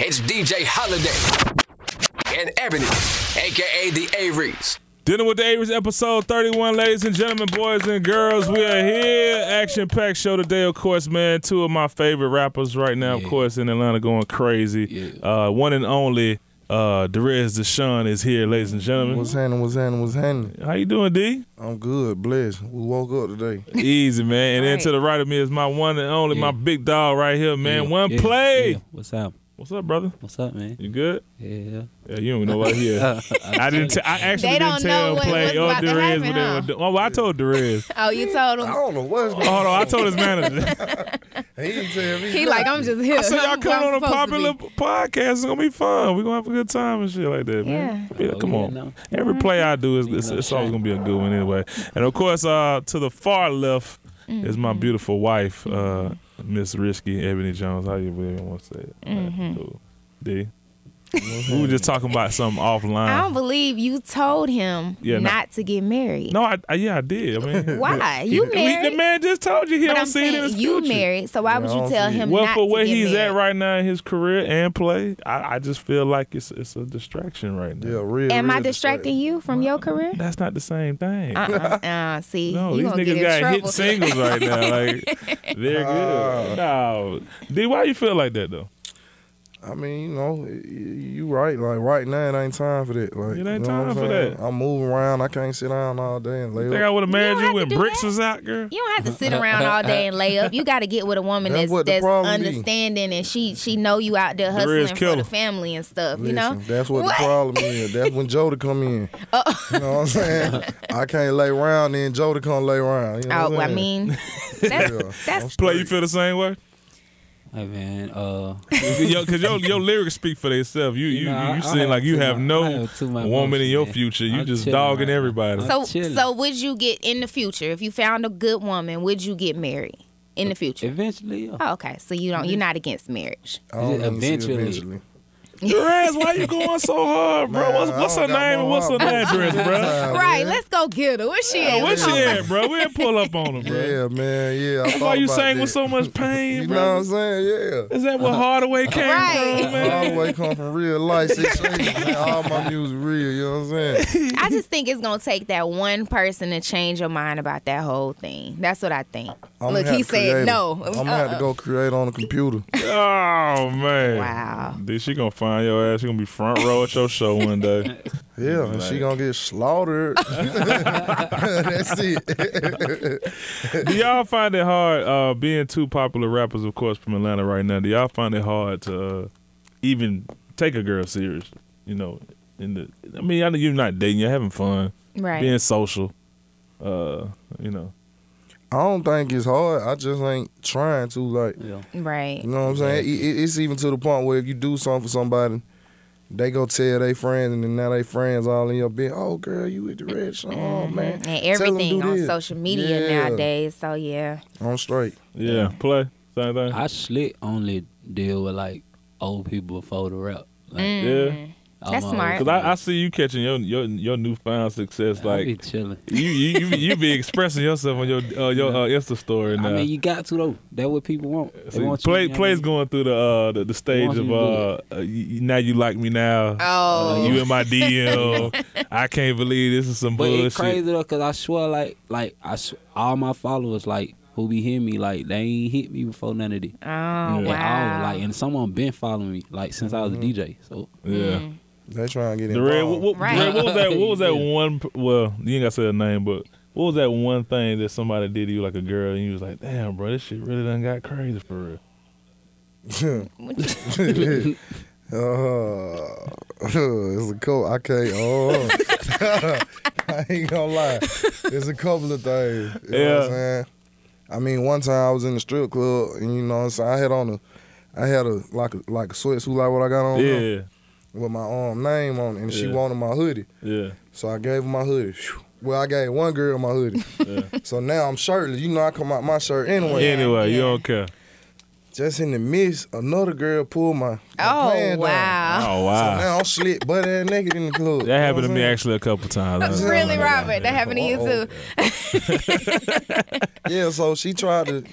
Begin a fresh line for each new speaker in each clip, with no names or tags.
It's DJ Holiday and Ebony, aka the Aries.
Dealing with the Aries episode 31, ladies and gentlemen, boys and girls. We are here. Action packed show today, of course, man. Two of my favorite rappers right now, of course, in Atlanta going crazy. Uh, one and only uh Derez Deshaun is here, ladies and gentlemen.
What's happening? What's happening? What's happening?
How you doing, D?
I'm good, blessed. We woke up today.
Easy, man. And then
Right.
to the right of me is my one and only, my big dog right here, man. one
Yeah,
play.
yeah. What's up?
What's up, brother?
What's up, man?
You good?
Yeah.
Yeah, you don't even know what here. I didn't. T- I actually
They
didn't
don't know
tell
what-
Play
what's
or
about to
Derez
happen,
what
huh?
they were doing. Oh, well, I told Derez.
Oh, you told
I
him.
don't know what's going
Hold on, I told his manager.
He didn't tell me.
He like I'm just here.
I said y'all
I'm
coming on a
supposed to
popular
be.
podcast. It's gonna be fun. We're gonna have a good time and shit like that, man. Yeah,
Oh,
come
yeah,
on.
no.
Every play I do is it's, it's always gonna be a good one anyway. And of course, uh, to the far left is
Mm-hmm.
my beautiful wife, uh, Miss Risky Ebony Jones. How you really want to say it?
Mm-hmm.
Alright, cool. D.
Mm-hmm.
we were just talking about something
I don't
offline.
believe you told him
Yeah, no.
not to get married.
No, I, I yeah I did. I mean,
Why? You
we-
married.
the man just told you he
but
don't
I'm
see it in
saying
his
you
future.
married, so why
Yeah,
would
I
you
don't
tell
see it.
him
Well,
not
for
to
where
get
he's
married?
at right now in his career and play, I, I just feel like it's it's a distraction right now.
Yeah, real.
Am I
real
distracting you from your career?
That's not the same thing.
Uh-uh. Uh, see,
no,
you
these
gonna
niggas
get in
got
trouble.
hit singles right now. Like
Ah.
they're good. No, D, why you feel like that though?
I mean, you know, y- you right. Like right now, it ain't time for that.
It ain't
Like you know what
time
I'm
for
saying?
that.
I'm moving around. I can't sit down all day and lay
Think I
up.
would have married
don't
you
have
when
to do
Bricks
that.
was out, girl?
You don't have to sit around all day and lay up. You got to get with a woman
That's
that's
what
that's,
the problem be.
understanding and she she know you out there
There is
hustling for
killer.
the family and stuff.
Listen,
you know,
that's what, the problem is. That's when Joda come in.
Oh.
You know what I'm saying? I can't lay around, then Joda come lay around. You know
Oh,
what
I
I'm saying?
mean, that's
Yeah.
that's
Play, you feel the same way?
Hey, man. Uh,
Yo, Cause your your lyrics speak for themselves. You you,
Nah,
you,
I- I
you seem
have
like you
too
have
much- I
no
have too much
woman in
emotion,
your
man.
fucking future. You
I'm
just
chilling
dogging
right now.
everybody.
I'm
so.
chilling.
So would you get in the future if you found a good woman? Would you get married in the future?
eventually, yeah.
Oh, okay, so you don't. You're not against marriage.
I don't even see
Eventually.
eventually.
Drez, why you going so hard, bro?
Man,
What's,
I
what's her
don't got
name
no
and what's her
heart,
name,
bro.
Drez, bro?
Oh, Yeah,
right.
man.
Let's go get her. Where's she at?
Where
We
she
gonna-
at, Oh, bro? We'll pull up on her, bro.
Yeah, man. Yeah. I
That's why you
thought about
sang
that.
with so much
You
pain,
know uh-huh. what
bro.
I'm saying? Yeah.
Is that where Hardaway came
Right.
from, man?
All the way come from real life situations. man. All my music real, you know what I'm saying?
I just think it's gonna take that one person to change your mind about that whole thing. That's what I think.
I'm
Look, he said no. Uh, Uh-uh.
I'm gonna have to go create on the computer.
Oh man!
Wow.
Dude, she gonna find your ass. She gonna be front row at your show one day.
Yeah, and she gonna get slaughtered. That's it.
Do y'all find it hard uh, being two popular rappers, of course, from Atlanta right now? Do y'all find it hard to uh, even take a girl serious? You know, in the I mean, I know you're not dating, you're having fun,
Right.
being social. Uh, you know,
I don't think it's hard. I just ain't trying to like.
Yeah.
Right.
You know what I'm saying? It- it- it's even to the point where if you do something for somebody, they go tell their friends, and then now they friends all in your bed. Oh, girl, you with the red song, oh, man.
And
Tell 'em
everything
do
on
this.
social media
Yeah.
nowadays. So yeah.
I'm straight.
yeah, play same thing.
I slick only deal with like old people before the rap. Like,
yeah,
all
Mm, That's
my old
smart.
because I, I see you catching your your your newfound success.
people, I be
Like
chilling.
you you you, you be expressing yourself on your uh, your uh, Insta story now.
I mean, you got to though. That what people want. They
See,
want you,
play,
you know what I
play's
mean?
going through the uh, the, the stage
want
of
you to do
uh, uh, you, now you like me now.
Oh.
You in my DM. I can't believe this is some
But it's crazy
bullshit.
though, cause I swear, like, like I sw- all my followers, like, who be hitting me, like, they ain't hit me before none of this.
Oh wow.
At all. Like, and someone been following me, like, since I was
Mm-hmm.
a DJ. So
Yeah.
They trying to get
The red, what,
involved.
what,
Mm. Right.
Red, what was that? What was that
Yeah.
one? p- Well, you ain't got to say a name, but what was that one thing that somebody did to you, like a girl, and you was like, "Damn, bro, this shit really done got crazy for real."
Uh, it's a couple. I can't. Oh, I ain't gonna lie. It's a couple of things. You know what
Yeah.
I'm saying? I mean, one time I was in the strip club, and you know what I'm saying. I had on a, I had a like a like a sweatsuit like what I got on now,
Yeah,
with my um name on, it, and she
Yeah.
wanted my hoodie,
yeah,
so I gave her my hoodie. Phew. Well, I gave one girl my hoodie,
yeah.
so now I'm shirtless. You know, I come out my shirt anyway.
anyway, you
yeah.
don't care.
Just in the midst, another girl pulled my, my
Oh
pants down.
wow.
Oh
So
wow,
now I'm slick, butt ass naked in the club. You know
that happened
what
to
I'm
me
saying?
actually a couple times.
Really,
Oh,
Robert? That happened to you too.
Yeah, so she tried to, you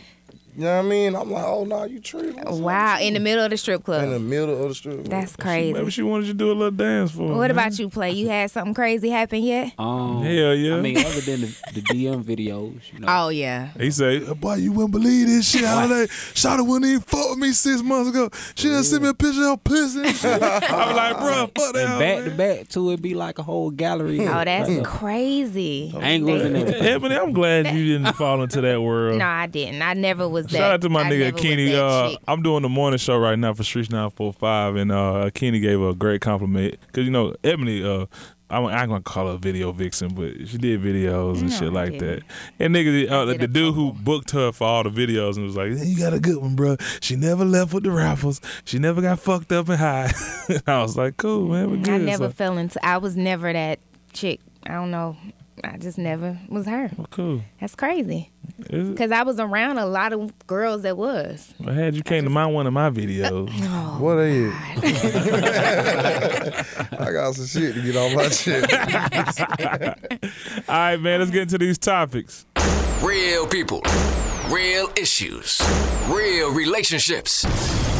You know what I mean? I'm like, oh no, you tripping?
Wow, in the middle of the strip club.
In the middle of the strip.
That's
Maybe
crazy.
she wanted you to do a little dance for her.
What
man.
about you, Play? You had something crazy happen yet?
Um,
Hell yeah.
I mean, other than the, the DM videos, you know.
Oh, yeah.
He say, "Boy, you wouldn't believe this shit. How they Shawty wouldn't even fuck with me six months ago. She done sent me a picture of her pussy. and shit." I was like, bro, fuck that.
and back to back too, it'd be like a whole gallery.
Oh, that's
Like,
crazy.
Oh.
angles and everything.
Ebony, I'm glad you didn't fall into that world.
No, I didn't. I never was that.
Shout out to my
I never
nigga
was
Kenny.
that
Uh,
chick.
I'm doing the morning show right now for Streets 945, and uh, Kenny gave her a great compliment because you know Ebony. Uh, I'm, I'm gonna call her a video vixen, but she did videos and
No,
shit
I
like that.
didn't.
And nigga, uh,
did
the
a
dude who booked her for all the videos and was like, "Hey, "You got a good one, bro. She never left with the raffles. She never got fucked up and high." I was like, "Cool, man, we good."
I never
So,
fell into. I was never that chick. I don't know. I just never was her.
well, cool.
That's crazy.
Is it?
Cause I was around a lot of girls that was.
Well, had you came to my one of my videos.
What are you? I got some shit to get off my shit.
all right, man, let's get into these topics.
Real people, real issues, real relationships.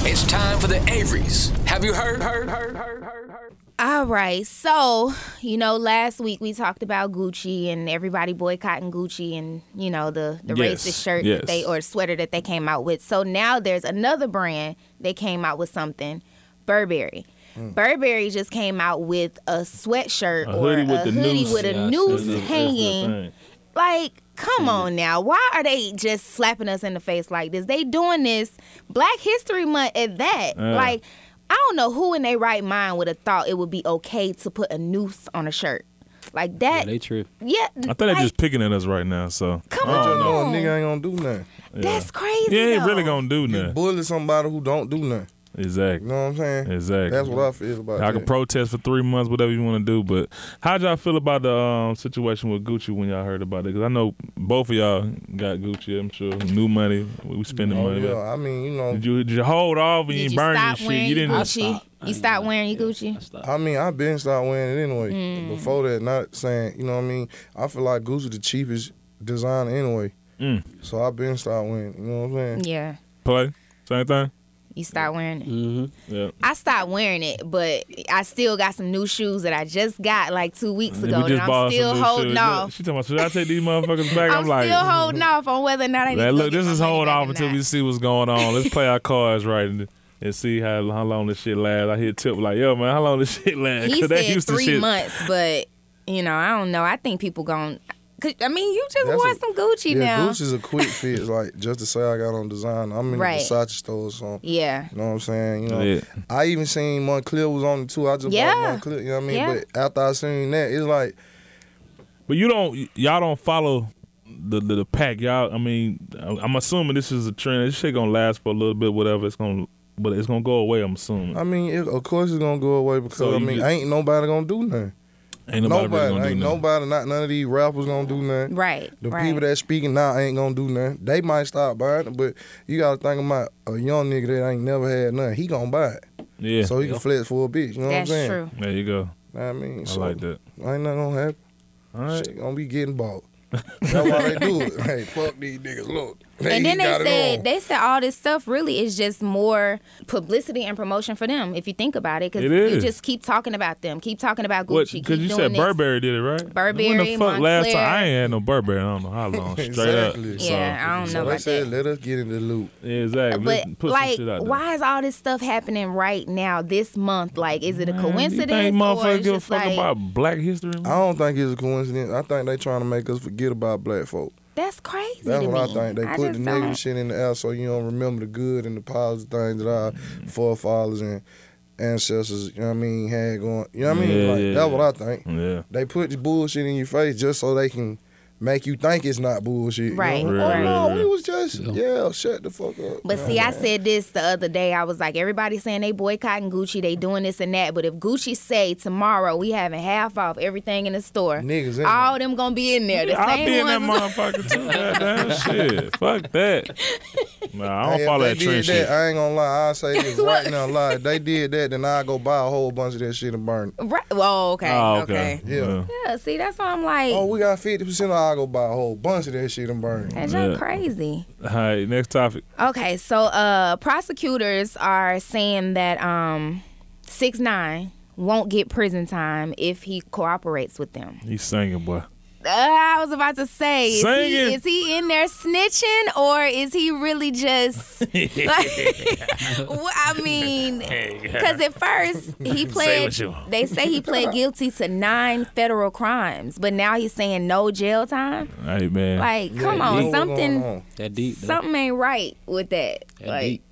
It's time for the Averys. Have you heard? Heard? Heard? Heard? Heard? Heard?
All right. So, you know, last week we talked about Gucci and everybody boycotting Gucci and, you know, the, the
Yes,
racist shirt
yes.
that they or sweater that they came out with. So now there's another brand they came out with something, Burberry. Burberry just came out with a sweatshirt
Hmm. A
or
hoodie with the
a hoodie
noose.
with
Yeah,
a
I seen
noose
that. That's
hanging. Like,
Mm-hmm.
come on now. Why are they just slapping us in the face like this? They doing this Black History Month at that.
Uh.
Like, I don't know who in their right mind would have thought it would be okay to put a noose on a shirt. Like
Yeah,
that.
they trip.
Yeah.
I think
like,
they're just picking at us right now. So
Come
I just know a
on.
nigga ain't gonna do nothing.
That's crazy.
Yeah, he
though.
ain't really gonna do
You
nothing.
bully somebody who don't do nothing. You
Exactly.
know what I'm saying?
Exactly.
That's what I feel about
I can
that.
protest for three months, whatever you want to do. But how y'all feel about the um, situation with Gucci when y'all heard about it? Because I know both of y'all got Gucci. I'm sure new money. We we spending
Oh,
money.
yeah, I mean, you know,
Did you, did you hold off and you,
Did you
burn your
stop
shit?
wearing
You
your
didn't.
Gucci? You stopped wearing your Gucci?
I mean, I've been started wearing it anyway. Before that, not saying, you know what I mean? I feel like Gucci the cheapest designer anyway.
Mm.
So I've been started wearing it, you know what I'm saying?
Yeah.
play. Same thing.
You stopped wearing it.
Mm.
Mm-hmm.
Yeah.
I stopped wearing it, but I still got some new shoes that I just got like two weeks
And we
ago,
just
and I'm
bought some
still
new
holding
shoes. Look,
off.
She talking about should I take these motherfuckers back?
I'm,
I'm, like.
still holding off on whether or not I need
Man,
to go
look,
get
this
my
is
money
holding
back
off
or
until
not.
we see what's going on. Let's play our cards right and, and see how, how long this shit lasts. I hit tip like, yo, man, how long this shit lasts?
He
that
said
Houston
three
shit-
months, but you know, I don't know. I think people going. I mean, you just
That's
wore
a-
some Gucci
yeah,
now.
Gucci's a quick fit. Like, just to say I got on design, I'm in
Right.
the Versace store or something.
Yeah,
You know what I'm saying? You know,
Yeah.
I even seen Montclair was on it too. I just
Yeah.
bought Montclair. You know what I mean?
Yeah.
But after I seen that, it's like
But you don't, y- y'all don't follow the the, the pack, y'all. I mean, I- I'm assuming this is a trend. This shit gonna last for a little bit, whatever. It's gonna, but it's gonna go away. I'm assuming.
I mean, it, of course it's gonna go away because
So
I
you
mean,
just-
ain't nobody gonna do nothing.
ain't nobody,
nobody,
really gonna
ain't
do nothing.
nobody. Not none of these rappers gonna do nothing.
right.
The
right.
people that speaking now ain't gonna do nothing. They might stop buying it, but you gotta think about a young nigga that ain't never had nothing. He gonna buy it,
Yeah,
so he can flex for a bitch. You know
That's
what I'm saying?
true.
there you go.
Know what I mean,
I
so
like that.
ain't nothing gonna happen.
All right.
Shit gonna be getting bought. That's why they do it. Hey, fuck these niggas. Look, they
and then they
got it
said
on.
they said all this stuff really is just more publicity and promotion for them. If you think about it, because
It
you
is.
just keep talking about them, keep talking about
What?
Gucci,
Because
keep
you
doing
said
this.
Burberry did it, right? When the
Burberry,
fuck last
Montclair.
time I ain't had no Burberry? I don't know how long. Straight
Exactly.
up. So-
Yeah, I don't know
So they
about that.
said, let us get in the loop.
Yeah, exactly. Let's
but
put some
like,
shit out there.
why is all this stuff happening right now, this month? Like, is it a
Man,
coincidence?
Mm, You think
or
motherfuckers
it's
give a
just
fuck
like,
about Black History? Month?
I don't think it's a coincidence. I think they trying to make us forget about black folk.
that's crazy.
That's
to
what
me.
I think. They
I
put the
just
negative
don't-
shit in the air so you don't remember the good and the positive things that our forefathers and ancestors, you know what I mean, had going. You know what I mean?
Yeah,
like,
yeah,
that's
yeah.
what I think.
Yeah.
They put the bullshit in your face just so they can make you think it's not bullshit. you know?
Right,
right,
oh, no,
right.
we was just, yeah, shut the fuck up.
But
You know
see,
what
I
I'm saying?
said this the other day. I was like, everybody's saying they boycotting Gucci, they doing this and that. But if Gucci say tomorrow we having half off everything in the store,
Niggas in
all them gonna be in there. The
I
same
be in
ones
that
is-
motherfucker too. Goddamn shit. Fuck that. Nah, I
Hey,
don't
if
follow
they
that trend
did
shit.
I ain't gonna lie. I say this right now, lie. If they did that, then I go buy a whole bunch of that shit and burn it.
Right. Well, okay.
Oh,
okay.
okay.
Yeah.
Yeah. See, that's why I'm like,
Oh, we got fifty percent. I go buy a whole bunch of that shit and burn it.
that's just
Yeah.
crazy.
All right, next topic.
Okay, so uh prosecutors are saying that um six nine won't get prison time if he cooperates with them.
He's singing, boy.
Uh, I was about to say, is he,
Singing.
is he in there snitching or is he really just like? well, I mean, because at first he pled.
what you want.
they say he pled guilty to nine federal crimes, but now he's saying no jail time.
Hey man.
Like, come
You know
on,
what's
something.
going on.
That deep. Though.
Something ain't right with that.
That
like,
deep.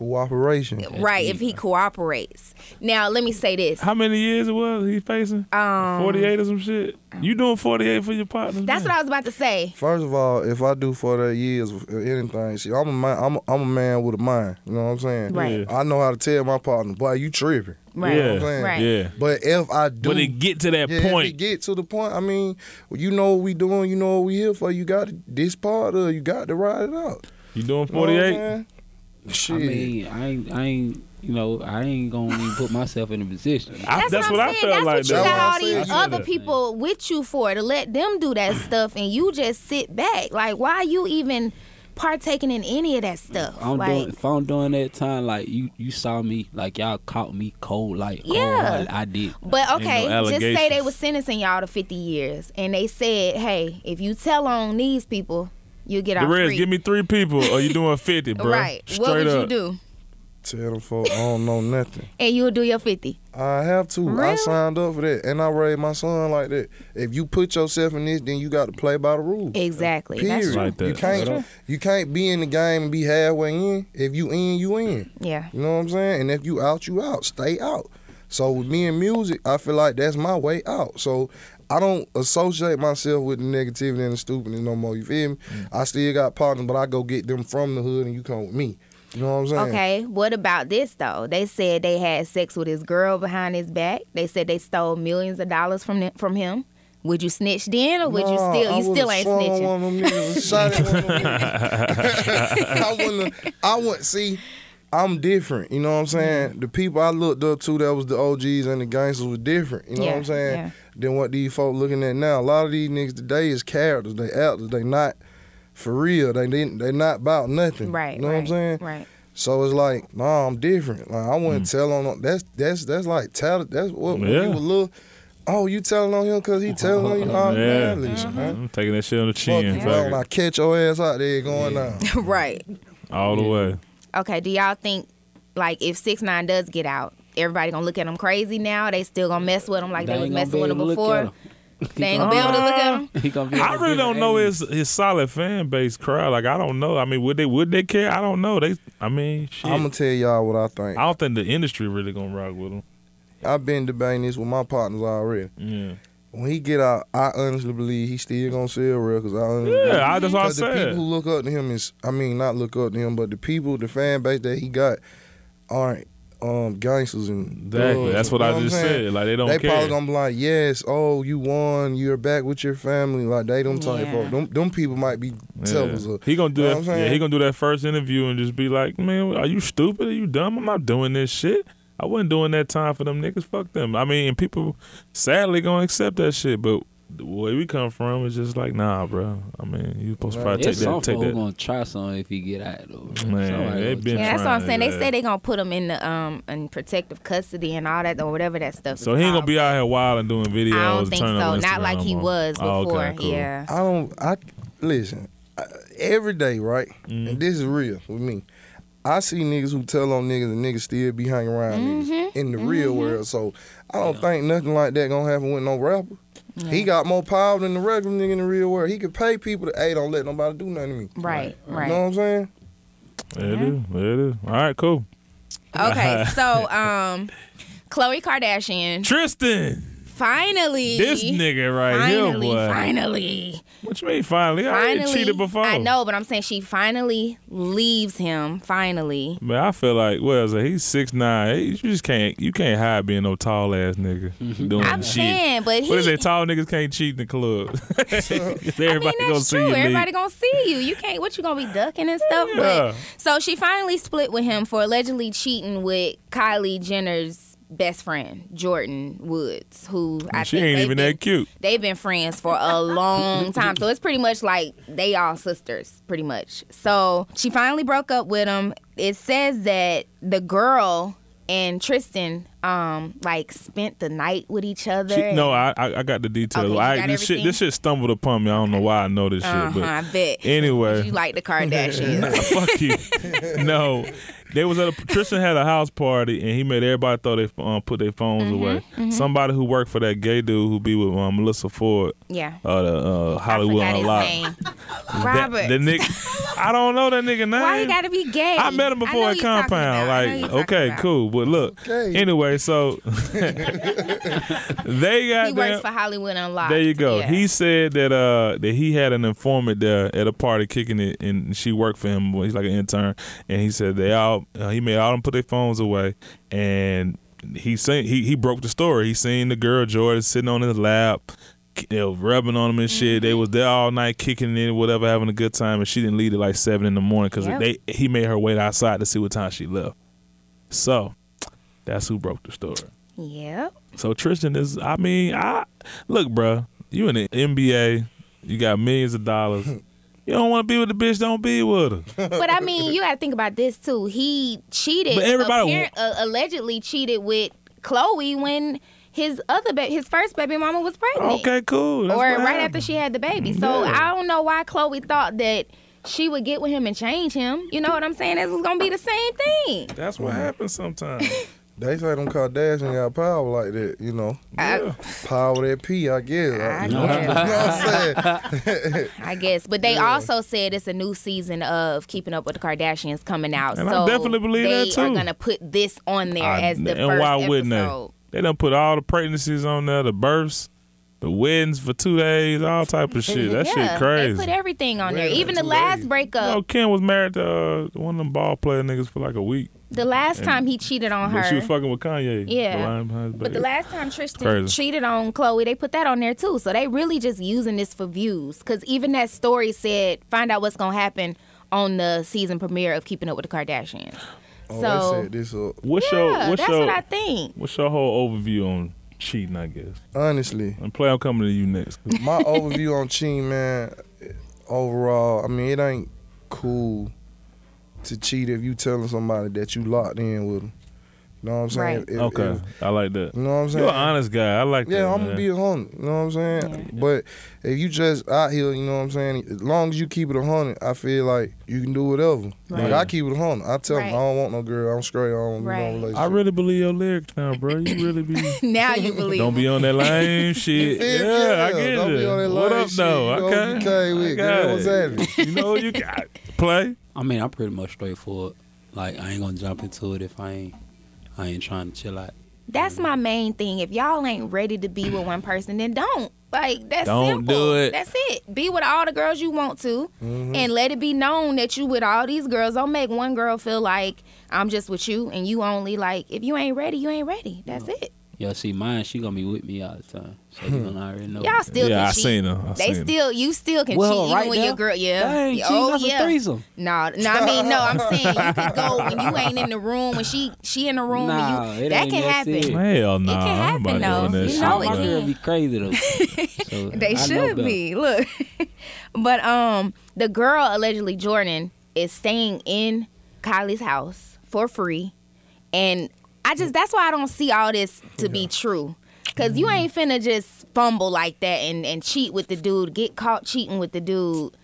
Cooperation.
right, if he cooperates. Now, let me say this.
how many years it was he facing?
Um,
48 or some shit. You doing 48 for your partner?
That's what I was about to say.
First of all, if I do for that years or anything, see, I'm a man, I'm a, I'm a man with a mind. You know what I'm saying?
Right.
I know how to tell my partner, boy, you tripping.
Right.
Yeah.
saying?
Right.
Yeah.
But if I do,
But it get to that
yeah, if it
point.
get to the point, I mean, you know what we doing, you know what we here for. You got this part, or you got to ride it out.
You doing
You know what I'm
48?
saying?
I
Oh, Shit.
mean, I ain't, I ain't, you know, I ain't gonna even put myself in a position.
I-
That's,
that's
what,
what
I'm
I felt
saying. That's
like
what you
though.
That's what
got
I
all these
said.
other
Yeah.
people with you for to let them do that stuff, and you just sit back. Like, why you even partaking in any of that stuff?
I'm
like,
doing, if I'm doing that time, like you, you saw me, like y'all caught me cold, like cold,
Yeah.
like I did.
but
no
okay, just say they
allegations.
was sentencing y'all to 50 years, and they said, hey, if you tell on these people, you get
The
out
rest,
free.
give me three people or you doing 50, bro.
right?
Straight
what would
up.
you do?
Tell them folk, I don't know nothing.
And you'll do your 50.
I have to. I
Really?
signed up for that, and I raised my son like that. If you put yourself in this, then you got to play by the rules.
Exactly. That's
Period.
true.
Like that.
You
That's
can't you can't be in the game and be halfway in. If you in, you in.
Yeah.
You know what I'm saying? And if you out, you out. Stay out. So with me and music, I feel like that's my way out. So I don't associate myself with the negativity and the stupidness no more. You feel me?
Mm.
I still got partners, but I go get them from the hood, and you come with me. You know what I'm saying?
Okay, what about this though? They said they had sex with his girl behind his back. They said they stole millions of dollars from the, from him. Would you snitch then, or would you
Nah,
still
I
you still
would've
ain't
swung on
snitching?
One of them niggas and shot at one of them niggas. I wouldn't. have- I wouldn't see. I'm different. You know what I'm
Mm.
saying? The people I looked up to that was the OGs and the gangsters were different. You know what
Yeah,
I'm saying?
yeah.
Than what these folk looking at now. A lot of these niggas today is characters. They actors. They not for real. They didn't. They not about nothing.
Right.
You know
right,
what I'm saying?
Right.
So it's like, nah, I'm different. Like I wouldn't tell on him. That's that's that's like tell. That's what when
Hmm. Yeah.
you was little. Oh, you telling on him because he telling on you. Oh,
Yeah. Mm-hmm.
man, listen, man.
I'm taking that shit on the
Fuck
chin.
you, bro. When I
fuck
catch your ass out there going down.
right.
it. All the way.
Okay. Do y'all think like if six nine does get out, everybody gonna look at him crazy now? They still gonna mess with him like they was
ain't gonna
messing
be
with him
able to look at
before? They ain't gonna be able to look at him.
him. He gonna be
I
on a
really don't
different
know
angle.
his his solid fan base crowd. Like I don't know. I mean, would they would they care? I don't know. They. I mean, shit.
I'm gonna tell y'all what I think.
I don't think the industry really gonna rock with him.
I've been debating this with my partners already.
Yeah.
When he get out, I honestly believe he still gonna sell records. I honestly believe.
Yeah. I, that's what I
Because the people
said.
who look up to him is, I mean, not look up to him, but the people, the fan base that he got, aren't um, gangsters and
Exactly.
thugs.
That's what
You know
I
I'm
just
saying?
said. Like they don't
they
care.
probably gonna be like, yes, oh, you won, you're back with your family. Like they them type
Yeah.
folk. Them, them people might be tellers.
Yeah.
of-
He gonna do
You know
that.
what I'm
Yeah, he
saying?
gonna do that first interview and just be like, "Man, are you stupid? Are you dumb? I'm not doing this shit. I wasn't doing that time for them niggas. Fuck them. I mean, and people sadly gonna accept that shit, but the way we come from is just like, nah, bro. I mean, you supposed to probably take
There's some
that, take
folk who
that.
gonna try something if he get out though.
Man,
Somebody
they
gonna
been-
try.
Yeah, that's what I'm
trying
saying. They
to-
say they gonna put him in the um in protective custody and all that or whatever that stuff.
So
is
he ain't gonna
called.
be out here wild and doing videos.
I don't
and
think so.
turning on
Not like
Instagram
he
on-
was
Oh, okay,
before.
cool.
Yeah.
I don't. I listen I, every day, right? And this is real with me. I see niggas who tell on niggas and niggas still be hanging around niggas
Mm-hmm.
in the real world. So I don't think nothing like that gonna happen with no rapper. He got more power than the regular nigga in the real world. He could pay people to, hey, don't let nobody do nothing to me.
Right. Right.
You know what I'm saying?
There it is. There it is. All right, cool.
Okay, so um, Khloe Kardashian
Tristan.
Finally.
This nigga right
Finally,
here, boy.
finally,
What you mean finally? I ain't
finally.
cheated before.
I know, but I'm saying she finally leaves him. Finally,
Man, I feel like well, is it? he's six nine. You just can't you can't hide being no tall ass nigga doing
I'm
shit.
saying, but he.
What is it? Tall niggas can't cheat in the club. 'Cause
I mean,
everybody gonna
that's
see
true.
you. nigga.
Everybody gonna see you. You can't. What you gonna be ducking and stuff?
Yeah.
But so she finally split with him for allegedly cheating with Kylie Jenner's best friend, Jordan Woods, who I
she
think
ain't
they've
even
been-
that cute.
They've been friends for a long time. So it's pretty much like they all sisters, pretty much. So she finally broke up with him. It says that the girl and Tristan um like spent the night with each other.
She- no, I, I I got the details.
Okay, you
I,
got
this shit
everything?
this shit stumbled upon me. I don't know why I know this
uh
shit,
I
but
bet.
anyway,
You like the Kardashians.
fuck you. no, they was at a Tristan had a house party and he made everybody throw they um, put their phones
Mm-hmm,
away. Somebody who worked for that gay dude who be with um, Melissa Ford,
yeah.
uh, the, uh Hollywood
I forgot his
Unlocked.
name.
That-
Robert.
the nigga, I don't know that nigga name.
Why you gotta be gay?
I met him
know
before at
who you talking
compound.
about. I know who you
Like,
talking
okay,
about.
cool, but look.
Okay.
Anyway, so they got
He
them-
works for Hollywood Unlocked.
There you go.
Yeah.
He said that uh that he had an informant there at a party kicking it, and she worked for him. Well, He's like an intern, and he said they all uh, he made all them put their phones away, and he seen he he broke the story. He seen the girl Jordan sitting on his lap. They was rubbing on him and shit.
Mm-hmm.
They was there all night kicking it, whatever, having a good time, and she didn't leave at like seven in the morning because
Yep.
they he made her wait outside to see what time she left. So that's who broke the story.
Yep.
So Tristan is. I mean, I look, bruh, You in the NBA. You got millions of dollars. You don't want to be with the bitch. Don't be with her.
But I mean, you got to think about this too. He cheated.
But everybody-
apparent- uh, allegedly cheated with Chloe when his other ba- his first baby mama was pregnant.
Okay, cool. That's
Or
what
right
happened.
after she had the baby. So I don't know why Chloe thought that she would get with him and change him. You know what I'm saying? This was gonna be the same thing.
That's what happens sometimes.
They say them Kardashian got power like that, you know.
yeah.
Power that P, I guess.
I
you know
guess.
what I'm saying?
I guess. But they also said it's a new season of Keeping Up with the Kardashians coming out.
And I
so
definitely believe
they
that,
are
too.
gonna put this on there
I-
as the
and
first
why wouldn't
episode.
they? They done put all the pregnancies on there, the births, the weddings for two days, all type of shit. That shit
They put
crazy.
everything on there.
Really?
Even the
Too
last
late.
You
breakup,
know, Ken was married to uh, one of them ball player niggas for like a week.
the last time he cheated on
But she
her.
was fucking with Kanye.
Yeah.
Lying behind his
But
back.
the last time Tristan
Crazy.
cheated on Chloe, they put that on there too. So they really just using this for views. Cause even that story said, find out what's gonna happen on the season premiere of Keeping Up with the Kardashians.
Oh, they
so
set this up.
what's
yeah,
your what's
that's
your
what I think.
what's your whole overview on cheating? I guess.
Honestly,
And play, I'm coming to you next.
my overview on cheating, man. Overall, I mean, it ain't cool to cheat if you telling somebody that you locked in with them. You know what I'm saying?
Right.
If-
Okay,
if-
I like that.
you know what I'm saying?
You're an honest guy. I like that.
Yeah, I'm
man.
gonna be a hundred. You know what I'm saying? But if you just out here, you know what I'm saying. As long as you keep it a hundred, I feel like you can do whatever. Like I keep it a hundred. I tell
Right.
them I don't want no girl. I'm straight. I don't want
Right.
no relationship.
I really believe your lyrics now, bro. You really be.
Now you believe.
Don't be on that lame shit.
Feel me?
Yeah, I
Yeah,
get
don't
it.
be on that
what
lame
up,
shit.
though?
You know
okay.
what you came with,
I
girl.
got
What's
it.
happening?
You know what you got. Play.
I mean, I'm pretty much straightforward. Like I ain't gonna jump into it if I ain't I ain't trying to chill out.
Mm-hmm.
That's my main thing. If y'all ain't ready to be with one person, then don't. Like that's
Don't
simple.
do it. Mm-hmm.
That's it. Be with all the girls you want to, and let it be known that you with all these girls. Don't make one girl feel like I'm just with you and you only. Like if you ain't ready, you ain't ready. That's it.
Yo, see, mine she gonna be with me all the time, so you gonna already know.
Y'all still
yeah,
can
I
cheat.
seen her. I
They
seen
still, you still can
Well,
cheat even
right
when
now,
your girl, yeah. Oh,
that ain't
Yeah,
cheating, that's a threesome.
No, no, I mean, no, I'm saying you could go when you ain't in the room, when she she in the room, and
Nah,
you,
it
that
ain't
can
that
happen.
serious.
Her. Hell no,
can
I'm
happen,
about
though.
doing that
You
shit.
know it
my
bro.
girl be crazy though. So, I
They
know
should
better.
be. Look. but um the girl allegedly Jordan is staying in Kylie's house for free. And I just that's why I don't see all this to be true. Cause you
Mm-hmm.
ain't finna just fumble like that and, and cheat with the dude, get caught cheating with the dude.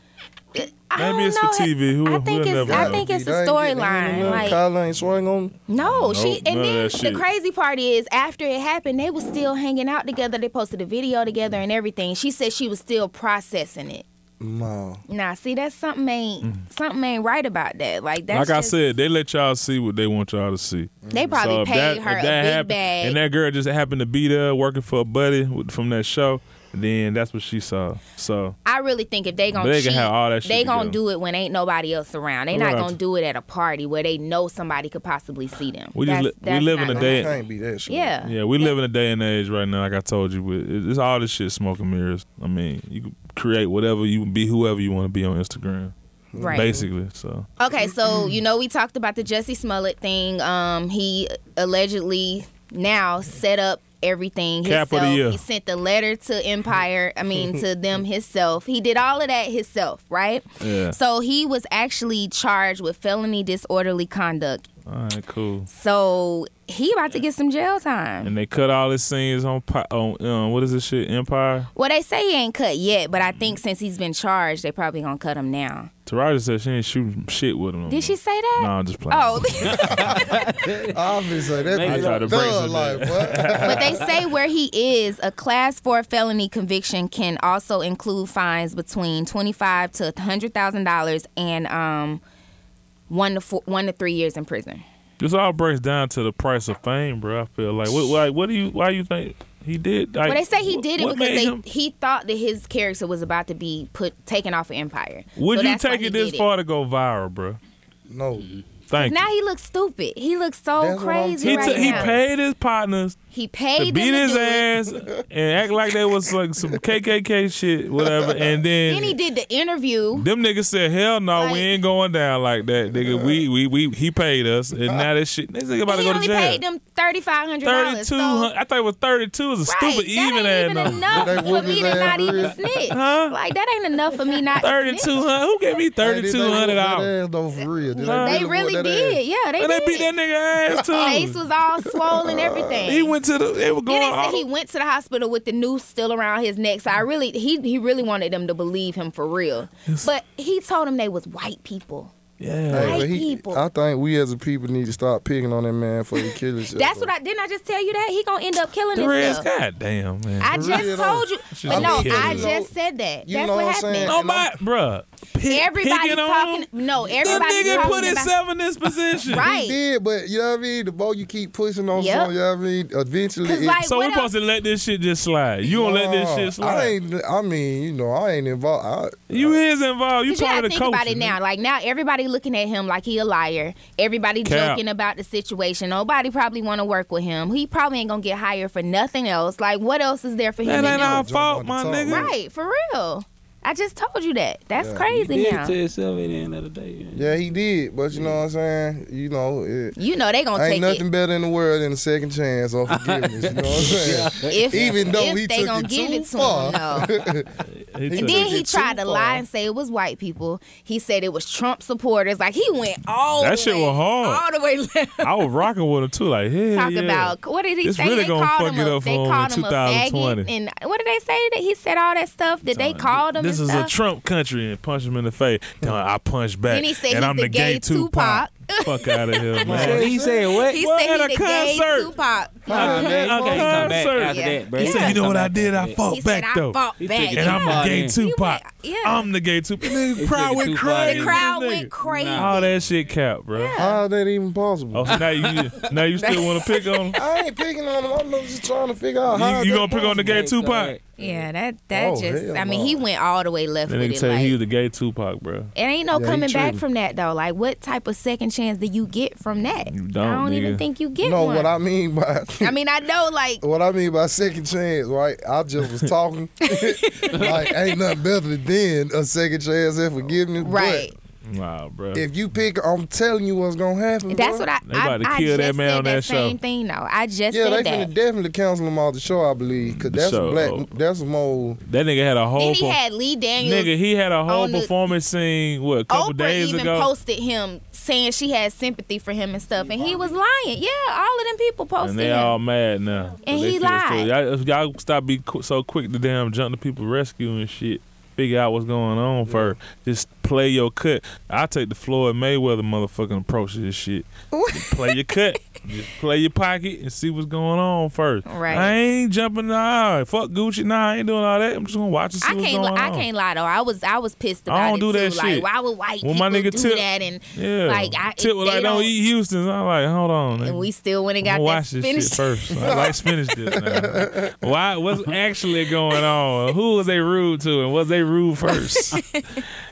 I
Maybe
don't
it's for
know.
TV. Who-
I
we'll
think it's
never
I
know.
think it's a
They ain't getting in
storyline.
love.
Like
Kyle ain't swing on. them.
no,
Nope,
she
none
and
of
then
that shit.
the crazy part is after it happened, they were still hanging out together. They posted a video together and everything. She said she was still processing it.
No.
Nah, see, that's something ain't something ain't right about that. Like that's
Mm-hmm. like I
just-
said, they let y'all see what they want y'all to see.
they probably
So if
paid
that-
her
if
a big
that happened-
bag.
and that girl just happened to be there working for a buddy with- from that show. Then that's what she saw. So
I really think if they gonna
They can
cheat,
have all that shit
they gonna
together.
do it when ain't nobody else around. They not
Right.
gonna do it at a party where they know somebody could possibly see them.
We just
That's-
li- we
that's
live in
not
a
gonna-
day-
It can't be that shit.
Yeah.
yeah, we live in a day and age right now. Like I told you, with it- it's all this shit smoke and mirrors. I mean, you can create whatever you be, whoever you want to be on Instagram,
Right.
basically. So
Okay, so you know we talked about the Jesse Smollett thing. Um, he allegedly now set up everything
Cap of the
himself.
year.
He sent the letter to Empire. I mean, to them himself. He did all of that himself, right?
Yeah.
So he was actually charged with felony disorderly conduct.
all right, cool.
So he about to get some jail time.
And they cut all his scenes on Pi- on um, what is this shit Empire.
Well, they say he ain't cut yet, but I think since he's been charged, they probably gonna cut him now.
Taraja said she ain't shooting shit with him. no
Did she
more.
say that?
Mm. Nah, I'm just playing.
Oh,
Obviously, that's like
Maybe I tried
to bring
thug
some
life, boy.
but they say where he is, a class four felony conviction can also include fines between twenty five to hundred thousand dollars and um one to four, one to three years in prison.
This all breaks down to the price of fame, bro. I feel like what, like, what do you, why you think he did? Like,
Well, they say he
wh-
did it
what
because
made
they,
him-
he thought that his character was about to be put taken off of Empire.
Would
So
you
that's why
take
he
it this
did
far to go viral, bro?
no.
Thank
Now
you.
he looks stupid. He looks so
That's what I'm
crazy
He
right
took- he
now.
paid his partners
he
to
paid them
beat
to
his
do it.
ass and act like they was like some KKK shit, whatever. And then,
Then he did the interview.
them niggas said, "Hell no,
Like-
we ain't going down like that, nigga. We we we he paid us, and now this shit, this nigga about to
he
go to
only
jail."
paid them thirty five hundred dollars.
Thirty-two, hun- I thought it was thirty-two. Is a
right,
stupid
that
even ass
ain't even
number.
enough
They
for
whooped
me
his
to
ass
not
for
even
real.
snitch.
Huh?
Like that ain't enough for me not to snitch.
Thirty-two hundred. Who gave me
Hey, did they
thirty-two hundred
whoop that
dollars?
ass though, for real? Did
They
whoop
really
that
did.
ass?
Yeah, they
And they
did.
beat that nigga ass
Face
too.
was all swollen, everything.
He went to the. They were
then
going.
they
all-
said he went to the hospital with the noose still around his neck. So I really, he he really wanted them to believe him for real. But he told them they was white people.
yeah.
Hey, but
White
he-
people.
I think we as a people need to stop picking on that man for he kill himself.
That's what I didn't. I just tell you that he gonna end up killing
The Reds.
himself.
God damn man.
I
For
just
real,
told
though.
you, but no,
kidding.
I
You
know-
just said that.
you
That's
know
what
what I'm
happened.
saying?
Nobody, bruh. Pick,
Everybody
picking on
talking.
him?
No,
The
everybody
nigga put
talking about.
himself in this position.
He
Right.
did, but you know what I mean. The more you keep pushing on
Yep.
something, you know what I mean. Eventually,
'Cause,
it-
like,
So
What
we
else?
supposed to let this shit just slide. You don't let this
Nah,
shit
I
slide.
ain't. I mean, you know, I ain't involved. I,
You is involved. You
Cause you
part
gotta
of the
think
coach.
about it now. Like now, everybody looking at him like he a liar. Everybody
Cap.
joking about the situation. Nobody probably want to work with him. He probably ain't gonna get hired for nothing else. Like what else is there for
That
him? to
ain't
do?
our
jump
fault,
on
my
the top.
nigga.
Right, for real. I just told you that. That's
Yeah.
crazy
did
now.
to himself at the end of the day. man.
yeah, he did, but you know what I'm saying. You know, it,
You know they gonna
ain't
take
nothing
it
better in the world than a second chance or forgiveness. you know what I'm saying.
if
Even though
if
he
they
took
gonna
it
give
too
it to
far.
him. No.
He
And
took
then
it.
he
it too
tried to lie
far.
and say it was white people. He said it was Trump supporters. Like he went all
That
the
shit
way,
was hard.
all the way left.
I was rocking with him too. Like, hell
Talk
yeah.
about what did he
It's
say?
really
they
gonna
called
fuck
him
it
a,
up
they
for him
called
in
him a faggot,
2020.
and what did they say that he said all that stuff that they called him?
This
and
is
stuff?
a Trump country and punch him in the face. Then I punch back.
Then he said
and
he's
I'm
the
the gay,
gay
Tupac. Fuck out of here, man.
He said what?
He
Well,
said
at
he
a
the gay
concert.
Tupac.
Nah, man,
Okay,
you can't come back
concert.
after
Yeah.
that, bro.
He
He said, "You know what I did? I
He
fought
said
back
I
though."
fought
He took
back,
it
And I'm the
Tupac,
gay
man.
Tupac.
He went- yeah.
I'm the gay Tupac. Nigga, The crowd went
Tupac.
crazy.
The crowd went
Oh,
nigga.
crazy.
All that shit cap, bro.
How is that even possible?
Oh, so now you now you still want to pick on?
I ain't picking on him. I'm just trying to figure out how.
You, you
that
gonna pick on the gay Tupac?
Yeah, that that
Oh,
just.
hell
I mean,
no.
he went all the way left
That
with
nigga
it.
tell you
like-
he was the gay Tupac, bro.
It ain't no
Yeah, he
coming back
tripping.
from that though. Like, what type of second chance do you get from that?
You don't,
I don't even
nigga.
think you get
No,
one.
what I mean by
I mean, I know, like,
what I mean by second chance, right? I just was talking. like, ain't nothing better than a second chance and forgiveness.
right?
Wow, bro.
But if you pick, I'm telling you what's gonna happen.
That's
boy.
what I.
They about to
I,
kill
I just
that man
said
on
that,
that show.
same thing though. I just
Yeah, they finna
said that.
definitely cancel him off the show, I believe, cause
The
that's
show.
a black, that's a more.
that nigga had a whole
Then he
per-
had Lee Daniels.
nigga. He had a whole
on the-
performance scene. What a couple
Oprah
days
even
ago?
posted him saying she had sympathy for him and stuff, and he was lying. Yeah, all of them people posted
and they
him.
all mad now.
And
They
he
feel
lied.
so- Y'all, if y'all stop be qu- so quick to damn jump to people rescue and shit. Figure out what's going on first. Just play your cut. I take the Floyd Mayweather motherfucking approach to this shit. Just play your cut. Just play your pocket and see what's going on first.
Right.
I ain't jumping. Nah, fuck Gucci. Nah, I ain't doing all that. I'm just gonna watch and see
I
what's
can't.
going
Li- I
on.
can't lie though. I was. I was pissed
I
about
don't
it
do
too.
that shit.
Like, why would white
When
people
my nigga
do
Tip-
that? And
Yeah.
like, I
Tip was
they
like, don't eat Houston's. I'm like, hold on.
And
nigga.
we still went and got
I'm gonna
that
watch this
spinach.
shit first. I like spinach dip now. Why? What's actually going on? Who was they rude to, and was they rude first?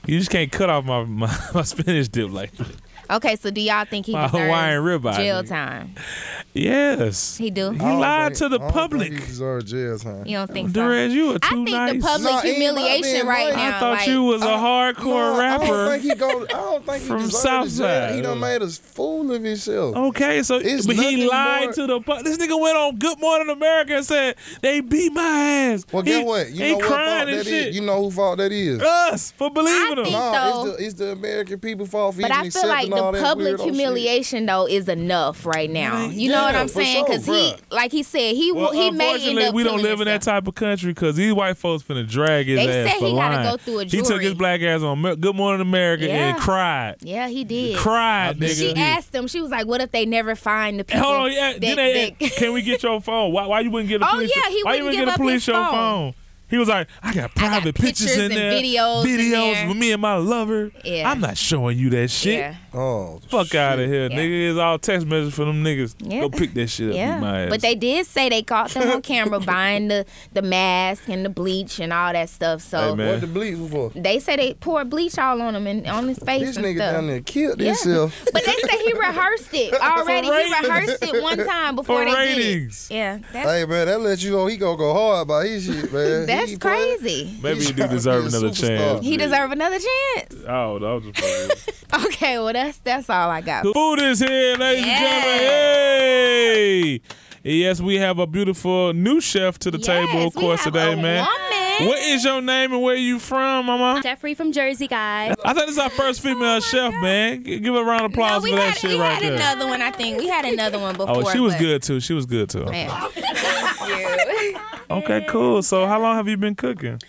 you just can't cut off my, my, my spinach dip like that.
Okay, so do y'all think he
My
deserves
Hawaiian ribeye,
jail
nigga.
time?
Yes,
He do.
You lied to the
I don't
public.
Think he deserve jail time.
You don't think so?
Derez, you are
I
too
think the
nice.
public
Nah, he ain't my
humiliation
man,
right
Mike. I
now.
I thought
like, oh,
you was a
No,
hardcore
I don't
rapper.
think he go. I don't think he
From
deserve
Southside. Oh,
jail. He done made us fool of himself.
Okay, so
It's
but he
nothing
lied
more-
to the public. This nigga went on Good Morning America and said they beat my ass.
Well,
He
guess what? You know
ain't
what fault
crying
that
and
is.
shit.
You know who fault that is.
Us for believing him.
think-
No,
though.
it's the, it's the American people fault for
But
even
I feel like
accepting all
the
that
public
weirdo shit.
humiliation though is enough right now.
Man,
You know what
yeah,
I'm
for
saying?
sure,
Because he,
bruh.
like he said, he
Well,
will he may
unfortunately,
end up
we don't
killing
live in that
himself.
type of country because these white folks finna drag his
They
ass
said
for
he
lying.
gotta go through a
He took
jury.
his black ass on Mer- Good Morning America
Yeah.
and cried,
Yeah, he did.
cried, nigga.
She asked him. She was like, "What if they never find the
And
people?"
Hold on, yeah.
that-
then they,
that-
can we get your phone? Why, why you wouldn't get a
Oh,
police?
yeah, he
why you
wouldn't
get
give
a
up
police
his
your phone.
phone.
He was like, I got private pictures,
pictures
in
and
there,
videos in
videos
there."
with me and my lover.
Yeah.
I'm not showing you that shit.
yeah,
Oh,
Fuck out of here,
Yeah.
nigga. It's all text messages for them niggas.
Yeah.
Go pick that shit up.
yeah.
beat my ass.
But they did say they caught them on camera buying the the mask and the bleach and all that stuff. So
Hey, man.
what the bleach was for?
they say they poured bleach all on him and on his face
This
and
nigga
stuff.
down there killed
Yeah.
himself.
But they say he rehearsed it already. He
ratings.
rehearsed it one time before
For
they
ratings.
did it. Yeah, that's
Hey man, that lets you know he gonna go hard about his shit, man.
that's
He playing.
crazy.
Maybe
He's
you do
trying to
deserve
be a
another chance.
superstar.
He deserve another chance.
Oh, that was just.
Okay, well that's that's all I got.
The food is here, ladies and gentlemen. Hey! Yes, we have a beautiful new chef to the table, of
Yes, we
course,
have
today,
a
man.
woman.
What is your name and where you from, mama?
Jeffrey from Jersey, guys.
I thought this is our first female chef, man. G- Give a round of
Oh No,
applause
we
for
had,
that shit
we
right
had
there.
another one. I think we had another one before.
Oh, she was
but-
good too. She was good too.
Yeah.
Okay, cool. So, how long have you been cooking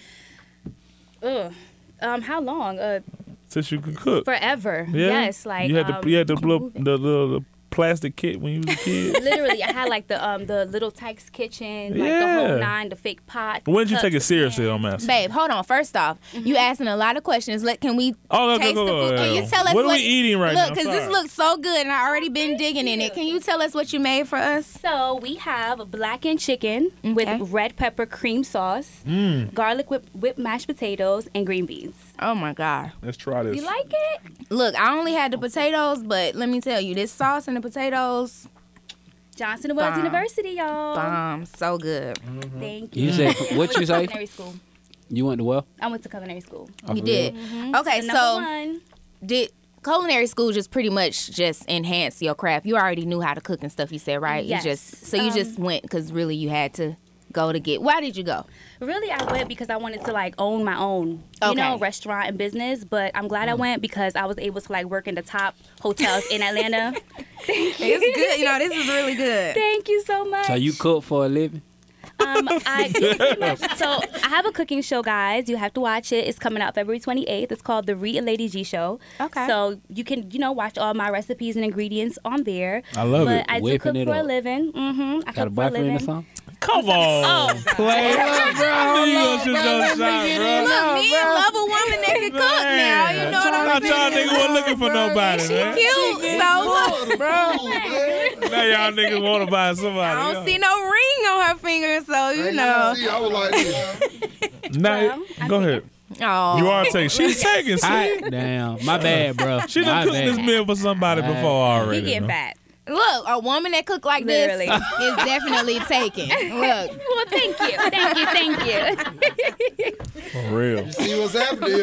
Ugh. Um, how long? Uh,
since you could cook?
forever.
Yeah?
Yes, like
you had
um,
the you had the little the, little the plastic kit when you was a kid.
literally, I had like the um the little Tyke's kitchen, like the
Yeah.
whole nine, the fake pot.
when did you
cups,
take it seriously,
pans.
on master?
Babe, hold on. First off, you asking a lot of questions. Let can we
Oh, look,
taste
look,
the
look,
food?
look,
Can you
look.
tell us
What
what,
are we eating right now?
Look, because this
Sorry.
looks so good, and I already been digging in it. Can you tell us what you made for us?
So we have blackened chicken
Okay.
with red pepper cream sauce,
Mm.
garlic whip, whipped mashed potatoes, and green beans.
Oh my god!
Let's try this.
You like it?
Look, I only had the potatoes, but let me tell you, this sauce and the potatoes,
Johnson and Wales
Bomb.
University, y'all.
bomb, so good.
Thank you.
You say
I
what
went
you
to
say?
culinary school.
You went to well?
I went to culinary school.
Oh,
You
for
did.
real?
Okay,
And Mm-hmm. number
so
one,
did culinary school just pretty much just enhance your craft? You already knew how to cook and stuff. You said right?
Yes. Um,
You just so you just went because really you had to go to get. Why did you go?
Really, I went because I wanted to like own my own, you
Okay. Mm.
know, restaurant and business. But I'm glad I went because I was able to like work in the top hotels in Atlanta.
It's good. You know, this is really good.
Thank you so much.
So you cook for a living?
Um, I, pretty much- so I have a cooking show, guys. You have to watch it. It's coming out February 28th. It's called the Re and Lady G Show.
Okay.
So you can, you know, watch all my recipes and ingredients on there.
I love
but
it.
I do
Whipping
cook
it
for a
up.
living. Mm-hmm.
Got
I
a
cook for a
boyfriend
living.
or something?
Come on, play. I knew you was just gonna shout, bro.
Look, me and love a woman that can cook now. You know what
I
I'm
thought y'all niggas wasn't looking for nobody, man.
Cute. So look,
Now y'all niggas want to buy somebody.
I don't see no ring on her finger, so you
Hey,
know.
see, I was like, this.
Nah,
Well, I
go
think-
ahead.
Oh,
You are taking. She's taking. See,
I, damn, my bad, bro.
she
my
done cooked this
bad.
meal for somebody before already.
We getting
man.
fat.
look a woman that cook like
Literally.
this is definitely taken. Look,
Well, thank you. Thank you. Thank you.
For real.
see what's happening.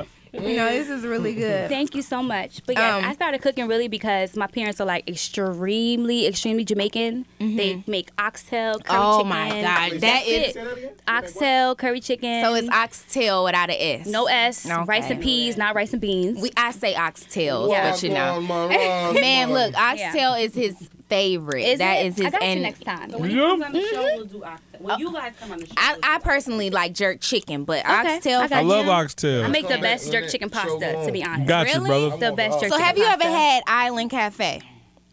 Here.
you know this is really good.
Thank you so much. But yes,
Um,
I started cooking really because my parents are like extremely, extremely Jamaican. They make oxtail, curry
Mm-hmm. Oh
chicken.
my God, that
That's
is
it. oxtail, curry chicken.
so. It's oxtail without an S.
no S,
Okay.
rice and peas, not rice and beans.
We I say oxtails,
Yeah.
but you know.
Wrong, wrong, wrong,
Man,
wrong.
look, oxtail is his favorite.
Is
that
it?
is his
I got
and
you next time.
So when you
Yeah.
come on the show, we'll do octa. When you guys come on the show,
I,
we'll do
I
octa.
personally like jerk chicken, but
Okay,
oxtail.
I got
I love
you.
oxtail.
I make the
Come
best
back
jerk
with
chicken
that. So
pasta, to
long.
be honest.
Got you,
Really?
brother.
The best jerk
so
chicken
have you ever
pasta.
had Island Cafe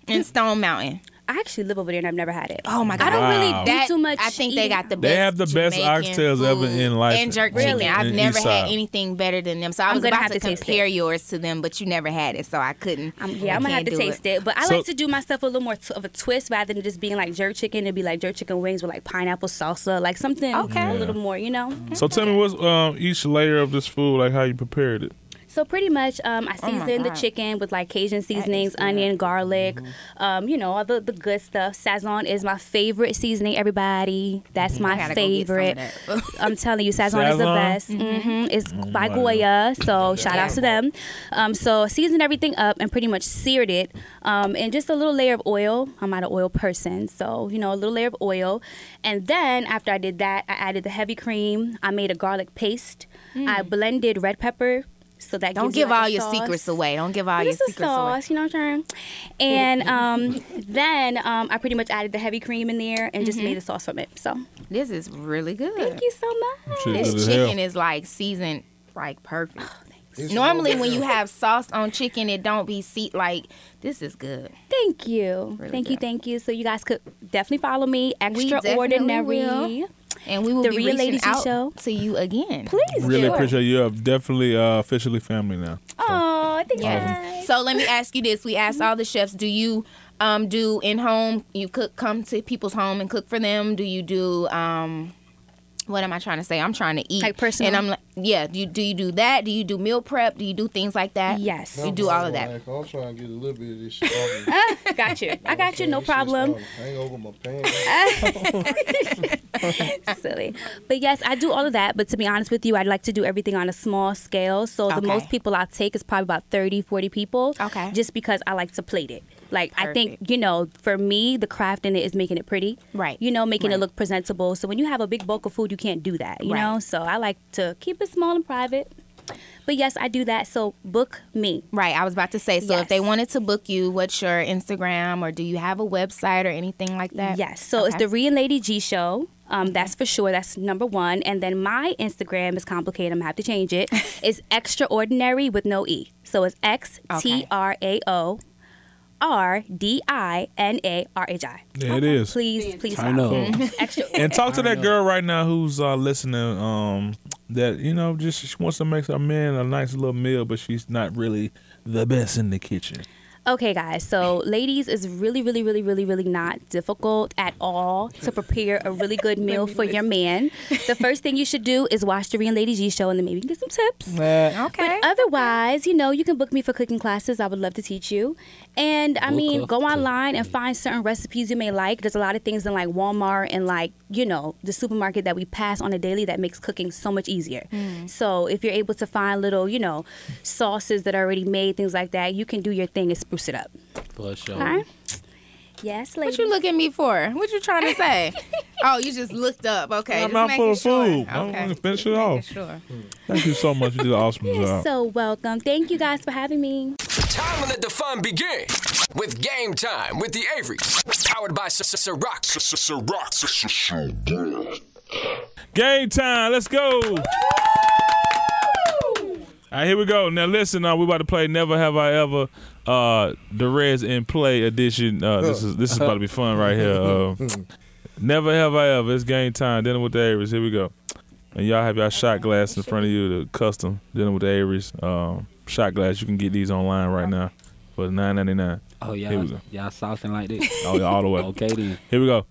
in Stone Mountain?
I actually live over there and I've never had it.
Oh my god!
I don't really
Wow.
do
That-
too much.
I think they
eating.
got the best.
They have the best
Jamaican
oxtails ever
food
in life
And jerk
in-
chicken. I've
in
never
Eastside.
had anything better than them. So I
I'm
was
gonna
about
have
to
to taste
compare
it.
yours to them, but you never had it, so I couldn't.
Um, yeah,
I
I'm gonna
can't
have to
do
taste it. but I
So-
like to do myself a little more t- of a twist rather than just being like jerk chicken. It'd be like jerk chicken wings with like pineapple salsa, like something
Okay.
a little more, you know.
So tell me what's um, each layer of this food, like how you prepared it.
So pretty much, um, I
Oh my
seasoned the
God.
chicken with like Cajun seasonings, onion, garlic, um, you know, all the, the good stuff. Sazon is my favorite seasoning. Everybody, that's
Mm-hmm. I
my
gotta go get some of
favorite.
that.
I'm telling you, Sazon is the
Sazon?
best.
Mm-hmm.
hmm It's by
wow.
Goya, so shout out to them. Um, so seasoned everything up and pretty much seared it, um, and just a little layer of oil. I'm not an oil person, so you know, a little layer of oil. And then after I did that, I added the heavy cream. I made a garlic paste. I blended red pepper. So that
Mm. Don't
gives you,
give
like, a
all your
sauce.
secrets away. Don't give all your
It's a
secrets away.
sauce, you know what I'm saying? And um, then um, I pretty much added the heavy cream in there and
Mm-hmm.
just made a sauce from it. So
This is really good.
thank you so much.
Shit good
This
as hell.
chicken is like seasoned like perfect.
Oh,
It's
Normally,
so
when you
good.
have sauce on chicken, it don't be seat like this is good.
Thank you.
Really
thank you,
good.
thank you. So you guys could definitely follow me.
definitely
Extraordinary.
will. And we will
The
be
Real
reaching
Ladies
out
Show.
to you again.
Please
Really
do.
appreciate you. You're definitely uh, officially family now.
Oh, thank you.
Yes. So let me ask you this: We asked
Mm-hmm.
all the chefs, do you um, do in home? You cook, come to people's home and cook for them. Do you do? Um, what am I trying to say? I'm trying to eat.
Like personal?
And I'm like, yeah. Do you, do you do that? Do you do meal prep? Do you do things like that?
Yes.
You do all of that.
I'm trying to get a little bit of this shit off me.
got you. I got you. No
This shit's
problem.
starting to Hang over my pants.
Silly. But yes, I do all of that. But to be honest with you, I'd like to do everything on a small scale. So the
Okay.
most people I'll take is probably about 30, 40 people.
Okay.
Just because I like to plate it. Like, I think,
Perfect.
you know, for me, the craft in it is making it pretty.
Right.
You know, making
Right.
it look presentable. So when you have a big bulk of food, you can't do that, you
Right.
know? So I like to keep it small and private. But yes, I do that. So book me.
Right, I was about to say. So if
Yes.
they wanted to book you, what's your Instagram or do you have a website or anything like that?
Yes. So it's
Okay.
the Re and Lady G show. Um, That's for sure. That's number one. And then my Instagram is complicated. I'm gonna have to change it. it's extraordinary with no e. So it's X T R A O R D I N A R H I.
There it is.
Please, please.
I
stop.
know.
Extra.
And talk to that girl right now who's uh, listening. Um, that you know, just she wants to make her man a nice little meal, but she's not really the best in the kitchen.
Okay, guys. So, ladies, it's really, really, really, really, really not difficult at all to prepare a really good meal for your man. The first thing you should do is watch the Re and Lady G show, and then maybe you can get some tips.
Okay.
Otherwise, you know, you can book me for cooking classes. I would love to teach you. And I
Book
mean,
up
go
to
online and find certain recipes you may like. There's a lot of things in like Walmart and like, you know, the supermarket that we pass on a daily that makes cooking so much easier.
Mm.
So if you're able to find little, you know, sauces that are already made, things like that, you can do your thing and spruce it up.
For sure.
Okay? Yes, ladies.
What you look at me for? What you trying to say? oh, you just looked up. Okay.
I'm
just
out
making
for
sure.
food. I'm
Okay.
gonna finish
Just
it
making
off.
Sure.
Thank you so much. You did an awesome
You're
job.
so welcome. Thank you guys for having me.
Time to let the fun begin with Game Time with the Averys. Powered by Ciroc. Ciroc.
Game time. Let's go. All right, here we go. Now listen, now we about to play Never Have I Ever, uh, the Reds in Play edition. Uh, this is this is about to be fun right here. Uh, Never Have I Ever. It's game time. Dinner with the Aries. Here we go. And y'all have y'all shot glass in front of you, the custom dinner with the Aries. Um, shot glass. You can get these online right now for nine ninety nine.
Oh,
Here
y'all,
we go. Oh,
y'all saucing like this.
All, all the way.
okay, then.
Here we go.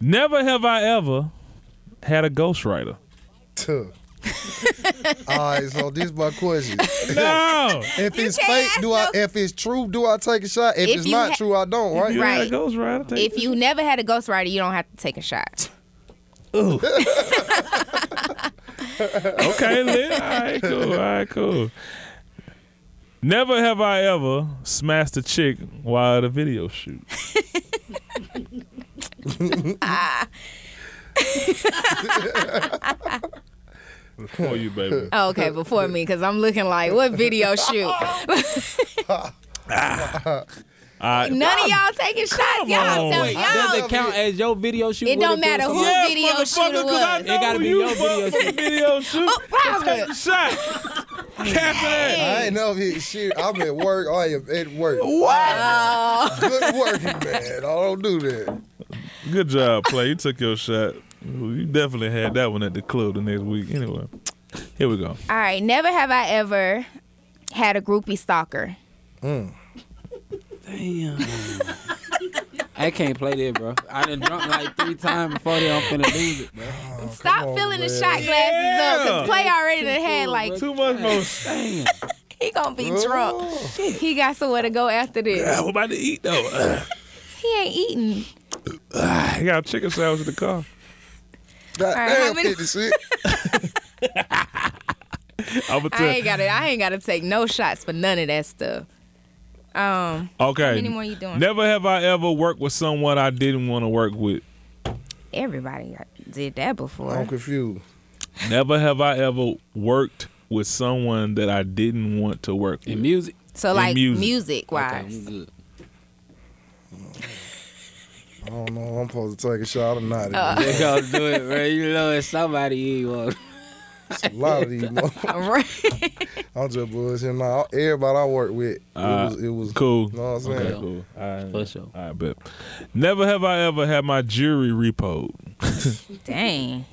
Never have I ever had a ghostwriter.
Tuh. All right, so this my question.
No.
If it's
can't
fake,
ask
do I? If it's true, do I take a shot? If,
If
it's
you
not
ha-
true, I don't. Right?
You had a
Right.
ghostwriter, take
If you never had a ghostwriter, you don't have to take a shot.
Okay, then. All right, cool. All right, cool. Never have I ever smashed a chick while at a video shoot. Before you, baby.
Oh, okay, before me, because I'm looking like, what video shoot?
I,
None of y'all taking shots.
on.
Y'all telling
I
Does
y'all.
it count as your video shoot?
It
What
don't
if
matter
was-
who
yeah,
video
motherfucker,
shoot it
'cause I
was.
know
It gotta be
you
your video
fucking
shoot.
video shoot.
Oh, Robert.
Take the shot. Capital.
I ain't know if shit. I'm at work. I am at work.
Oh.
Good working, man. I don't do that.
Good job, play. You took your shot. You definitely had that one at the club the next week. Anyway, here we go.
All right. Never have I ever had a groupie stalker.
I can't play that, bro. I done drunk like three times before they I'm finna lose it, bro.
Stop filling the shot glasses up.
Yeah.
Cause Clay already done had like
Too much more.
he gonna be drunk.
Oh.
He got somewhere to go after this.
I'm about to eat though.
He ain't eating.
I got a chicken sandwich in the car.
God
right, how
damn,
many-
50 cent.
I'm gonna
I
tell
ain't gotta. I ain't gotta take no shots for none of that stuff. Um,
Okay.
How many more you doing?
Never have I ever worked with someone I didn't want to work with.
everybody got- did that before.
I'm confused.
Never have I ever worked with someone that I didn't want to work with.
In music.
So
And
like
music.
music,
Okay,
wise,
I'm good.
I don't know. if I'm supposed to take a shot or not.
Oh.
They gonna do it, bro. You know it's somebody you want.
It's a lot of these. motherfuckers.
Right.
I'm just bullshitting. Nah, everybody I work with,
Uh,
it was. It was
Cool.
You know what I'm saying?
Okay, cool. I,
For sure.
I bet. Never have I ever had my jewelry repoed.
dang,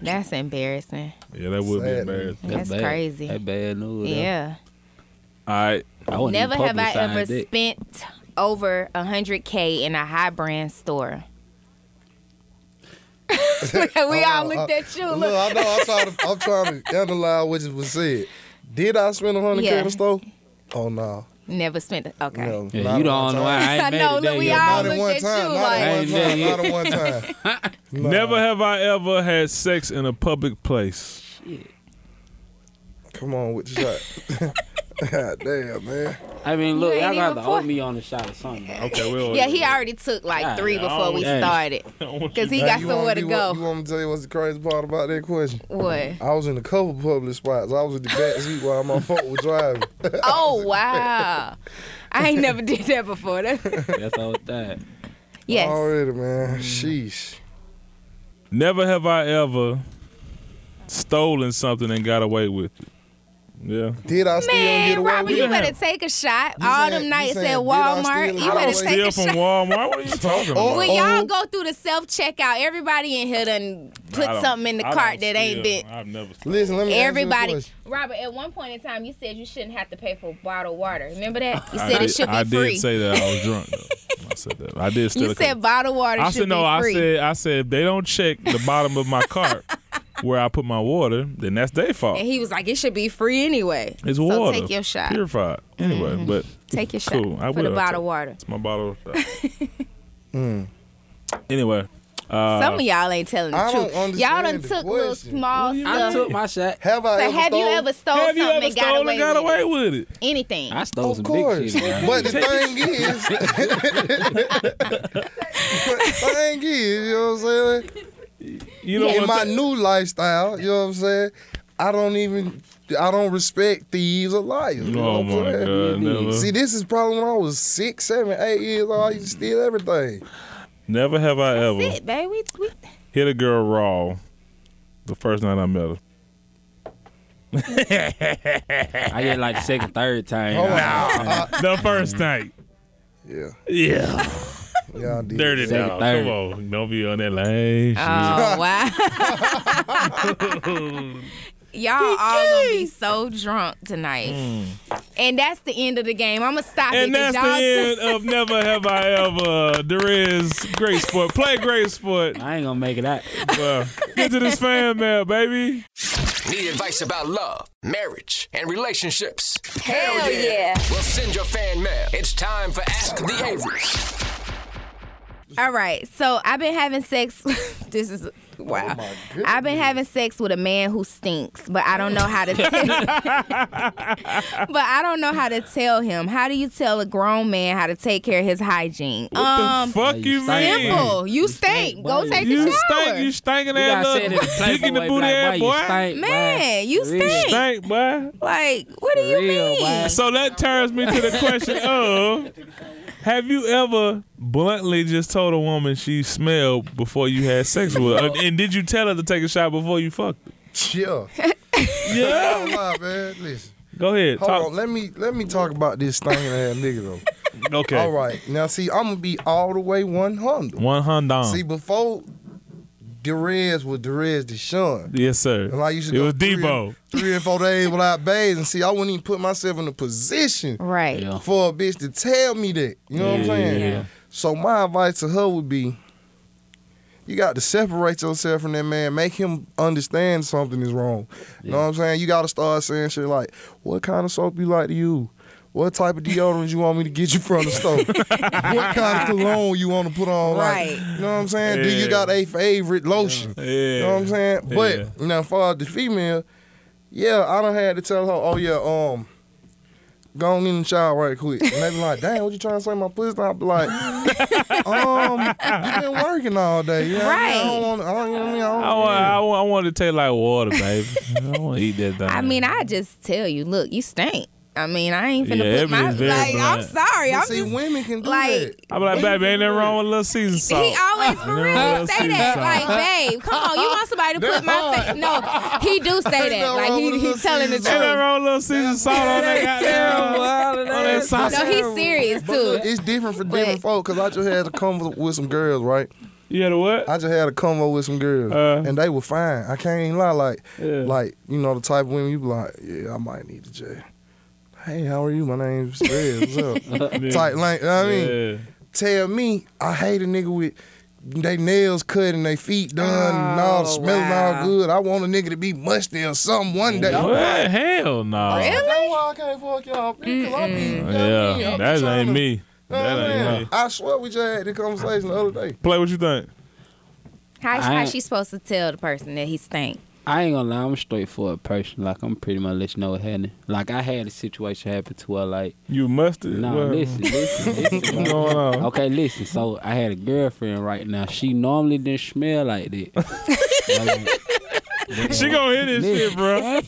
that's embarrassing.
Yeah, that would be
Sad.
embarrassing.
That's
bad.
crazy.
That bad news. though.
Yeah.
All right.
I wouldn't
Never
even
have I
publicize
ever
that.
spent over a hundred k in a high brand store. we
Oh,
all looked at you.
Look,
Look.
I know. I'm trying to, I'm trying to analyze what just was said. Did I spend a hundred k
Yeah.
on the stove? Oh no,
Never spent. it. Okay.
no.
Yeah,
not
you
at
don't
one
know.
time.
I ain't
I
made
know,
it there
look, we
yet.
all-
Not
looked
at one
at
time.
you
Not
like-
at one
Ain't
time.
that
Not at one time. Nah.
Never have I ever had sex in a public place.
Come on with the shot. God damn, man.
I mean, look,
You ain't even
y'all gonna have to owe
pour-
me on a shot or something. Bro.
Okay, well.
Yeah, he already took like
God,
three before we
oh, dang.
started because he got
You want
somewhere to
me- You
go.
want me to tell you what's the crazy part about that question?
What?
I was in a couple public spots. I was in the back seat while my folk was driving.
Oh wow! I ain't never did that before.
Oh,
That-
That's all that.
yes. Mm.
Already, man. Sheesh.
Never have I ever stolen something and got away with it. Yeah.
Did I still get
Man,
away
Robert,
with
you
it?
better take a shot.
You
All
saying-
them
you
nights
saying,
at
did I
Walmart,
steal-
you
I
better
don't
take
Steal
a
from
shot.
Walmart. What are you talking about?
When
Oh.
y'all go through the self checkout, everybody in here done put
I don't-
something in the
I
cart
don't
that ain't
steal.
been.
I've never. stolen.
Listen, let me
Everybody,
Ask
Robert. At one point in time, you said you shouldn't have to pay for bottled water. Remember that? You
I
said
did,
it should be
I
free.
did say that I was drunk. Though. I said that. I did steal.
you
a couple-
said bottled water
I
should
said no.
be
I
free.
said I said if they don't check the bottom of my cart where I put my water, then that's their fault.
and he was like, "It should be free anyway."
it's
so
water.
take your shot. Mm-hmm.
Purified. Anyway, but
Take your shot
cool. I will
for the
take-
bottled water.
It's my bottle. Of Anyway, Uh,
Some of y'all ain't telling the
I don't
truth. y'all
understand the
done took little
question.
small
I
stuff.
took my shot.
Have I
So
ever
have you
stole?
ever stole
have you
Oh, something
ever
and got
stolen
away
and got
with
away with it?
anything?
I stole
Of
some big
course.
shit. bro.
But the thing is, but the thing is, you know what I'm saying?
You know
In
what?
my new lifestyle, you know what I'm saying? I don't even, I don't respect thieves or liars. You know
oh
what
my
I'm saying?
god! Never,
See, this is probably when I was six, seven, eight years old. I used to steal everything.
never have I ever
That's it, baby. We, we,
hit a girl raw. The first night I met her.
I get like the second, third time.
Hold on.
The first night.
Yeah,
Yeah.
yeah, I did.
Dirty
Second,
dog.
third.
Come on. Don't be on that lane.
oh wow! oh, y'all all gonna be so drunk tonight, and that's the end of the game. I'm gonna stop
Hmm. And
it. 'cause
that's the
y'all
end of Never Have I Ever. There is great sport. Play great sport.
I ain't gonna make it out.
Well, get to this fan mail, baby.
Need advice about love, marriage, and relationships?
Hell yeah.
Well, send your fan mail. It's time for Ask the Averys.
All right, so I've been having sex. this is Wow.
Oh my
I've been having sex with a man who stinks, but I don't know how to tell But I don't know how to tell him. How do you tell a grown man how to take care of his hygiene? um
Fuck
Like,
you,
stink,
man.
man.
simple. You stink. Go
boy.
take a
You
shower.
stink, you stinking
You
ass
gotta say it in a
little dick in
playful
the
way,
booty ass
black boy. You
boy.
stink,
Man, you
Real.
stink.
Stink, boy.
Like, what do you
Real,
mean?
wow.
So that turns me to the question of have you ever bluntly just told a woman she smelled before you had sex with her? And- And did you tell her to take a shot before you fucked? her?
Yeah.
Yeah.
Don't lie, man. Listen.
Go ahead.
Hold
Talk.
on. Let me let me talk about this stinking ass nigga though.
Okay.
All right. Now see, I'm gonna be all the way one hundred.
One hundred.
See, before Derez was Derez Deshaun.
Yes, sir.
And I used to
it
go
was
three
Debo.
And, three and four days without bathing. See, I wouldn't even put myself in a position
Right.
Yeah.
for a bitch to tell me that. You know what I'm
Yeah,
saying?
yeah, yeah.
So my advice to her would be you got to separate yourself from that man. Make him understand something is wrong. You know what I'm saying? You got to start saying shit like, what kind of soap you like to use? What type of deodorant you want me to get you from the store? what kind of cologne you want to put on?
Right.
Like, you know what I'm saying? Do
Yeah.
you got a favorite lotion?
Yeah.
You know what I'm saying?
Yeah.
But now, for the female, yeah, I don't had to tell her, oh yeah, um, go on in the shower right quick. And they be like, dang, what you trying to say? My pussy not like, um, you been working all day, you know what I mean? I don't
Right.
want, I don't, you know what I mean? I don't,
I want, I, want, I want to taste like water, baby. I want to eat that thing.
I mean, I just tell you, look, you stink. I mean, I ain't finna
Yeah,
put my
Ebony's very
like. I'm
blunt.
sorry.
But
I'm
see,
just
women can do
like-
that.
I'm like, baby, ain't nothing wrong with a little season salt.
He always for
No,
real
that's
say
too
that.
soft.
Like, babe, come on, you want somebody to put my face? No, he do say
Ain't
that.
nothing
Like
wrong
he
with
he
little
telling the
Caesar.
ain't nothing
truth.
wrong with a little season salt on that goddamn. on that sausage.
No, he's serious
Look,
too.
it's different for
But-
different folk because I just had to come with- with some girls, right?
You had a what?
I just had a convo with some girls,
Uh.
and they were fine. I can't even lie, like,
Yeah.
like you know the type of women you be like, yeah, I might need a J. Hey, how are you? My name's Red. What's up? Type like, you know what I mean,
Yeah.
tell me I hate a nigga with they nails cut and they feet done and all
Oh,
smelling
wow.
all good. I want a nigga to be musty or something one day.
What? Hell
Oh,
no.
That's why I can't fuck y'all. Because I be, you know what I mean?
Yeah,
I'm
that
trying
ain't
to-
me.
you know what
That
I'm
ain't
saying?
me.
I swear we just had this conversation the other day.
Play what you think.
How,
I
how
ain't-
she supposed to tell the person that he stink?
I ain't gonna lie, I'm a straightforward person. Like I'm pretty much let you know what happened. Like I had a situation happen to her. Like
You mustard.
no,
Well,
listen, listen, listen.
What's
bro.
going on?
Okay, listen. So I had a girlfriend right now. She normally didn't smell like that. But, like,
She gonna hear this shit, bro. You know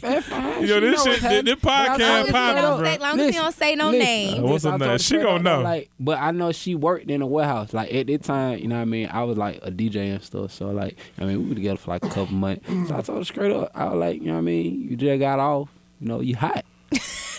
this shit. This, this
Long
podcast
as
popping,
you don't say,
bro.
long as you
Listen,
don't say no
listen.
name.
Uh, what's her
I
name?
told
She
straight
gonna
up,
know.
Like, but I know she worked in a warehouse. Like at that time, you know what I mean. I was like a DJ and stuff. So like, I mean, we were together for like a couple months. So I told her straight up, I was like, you know what I mean. You just got off. You know, you hot.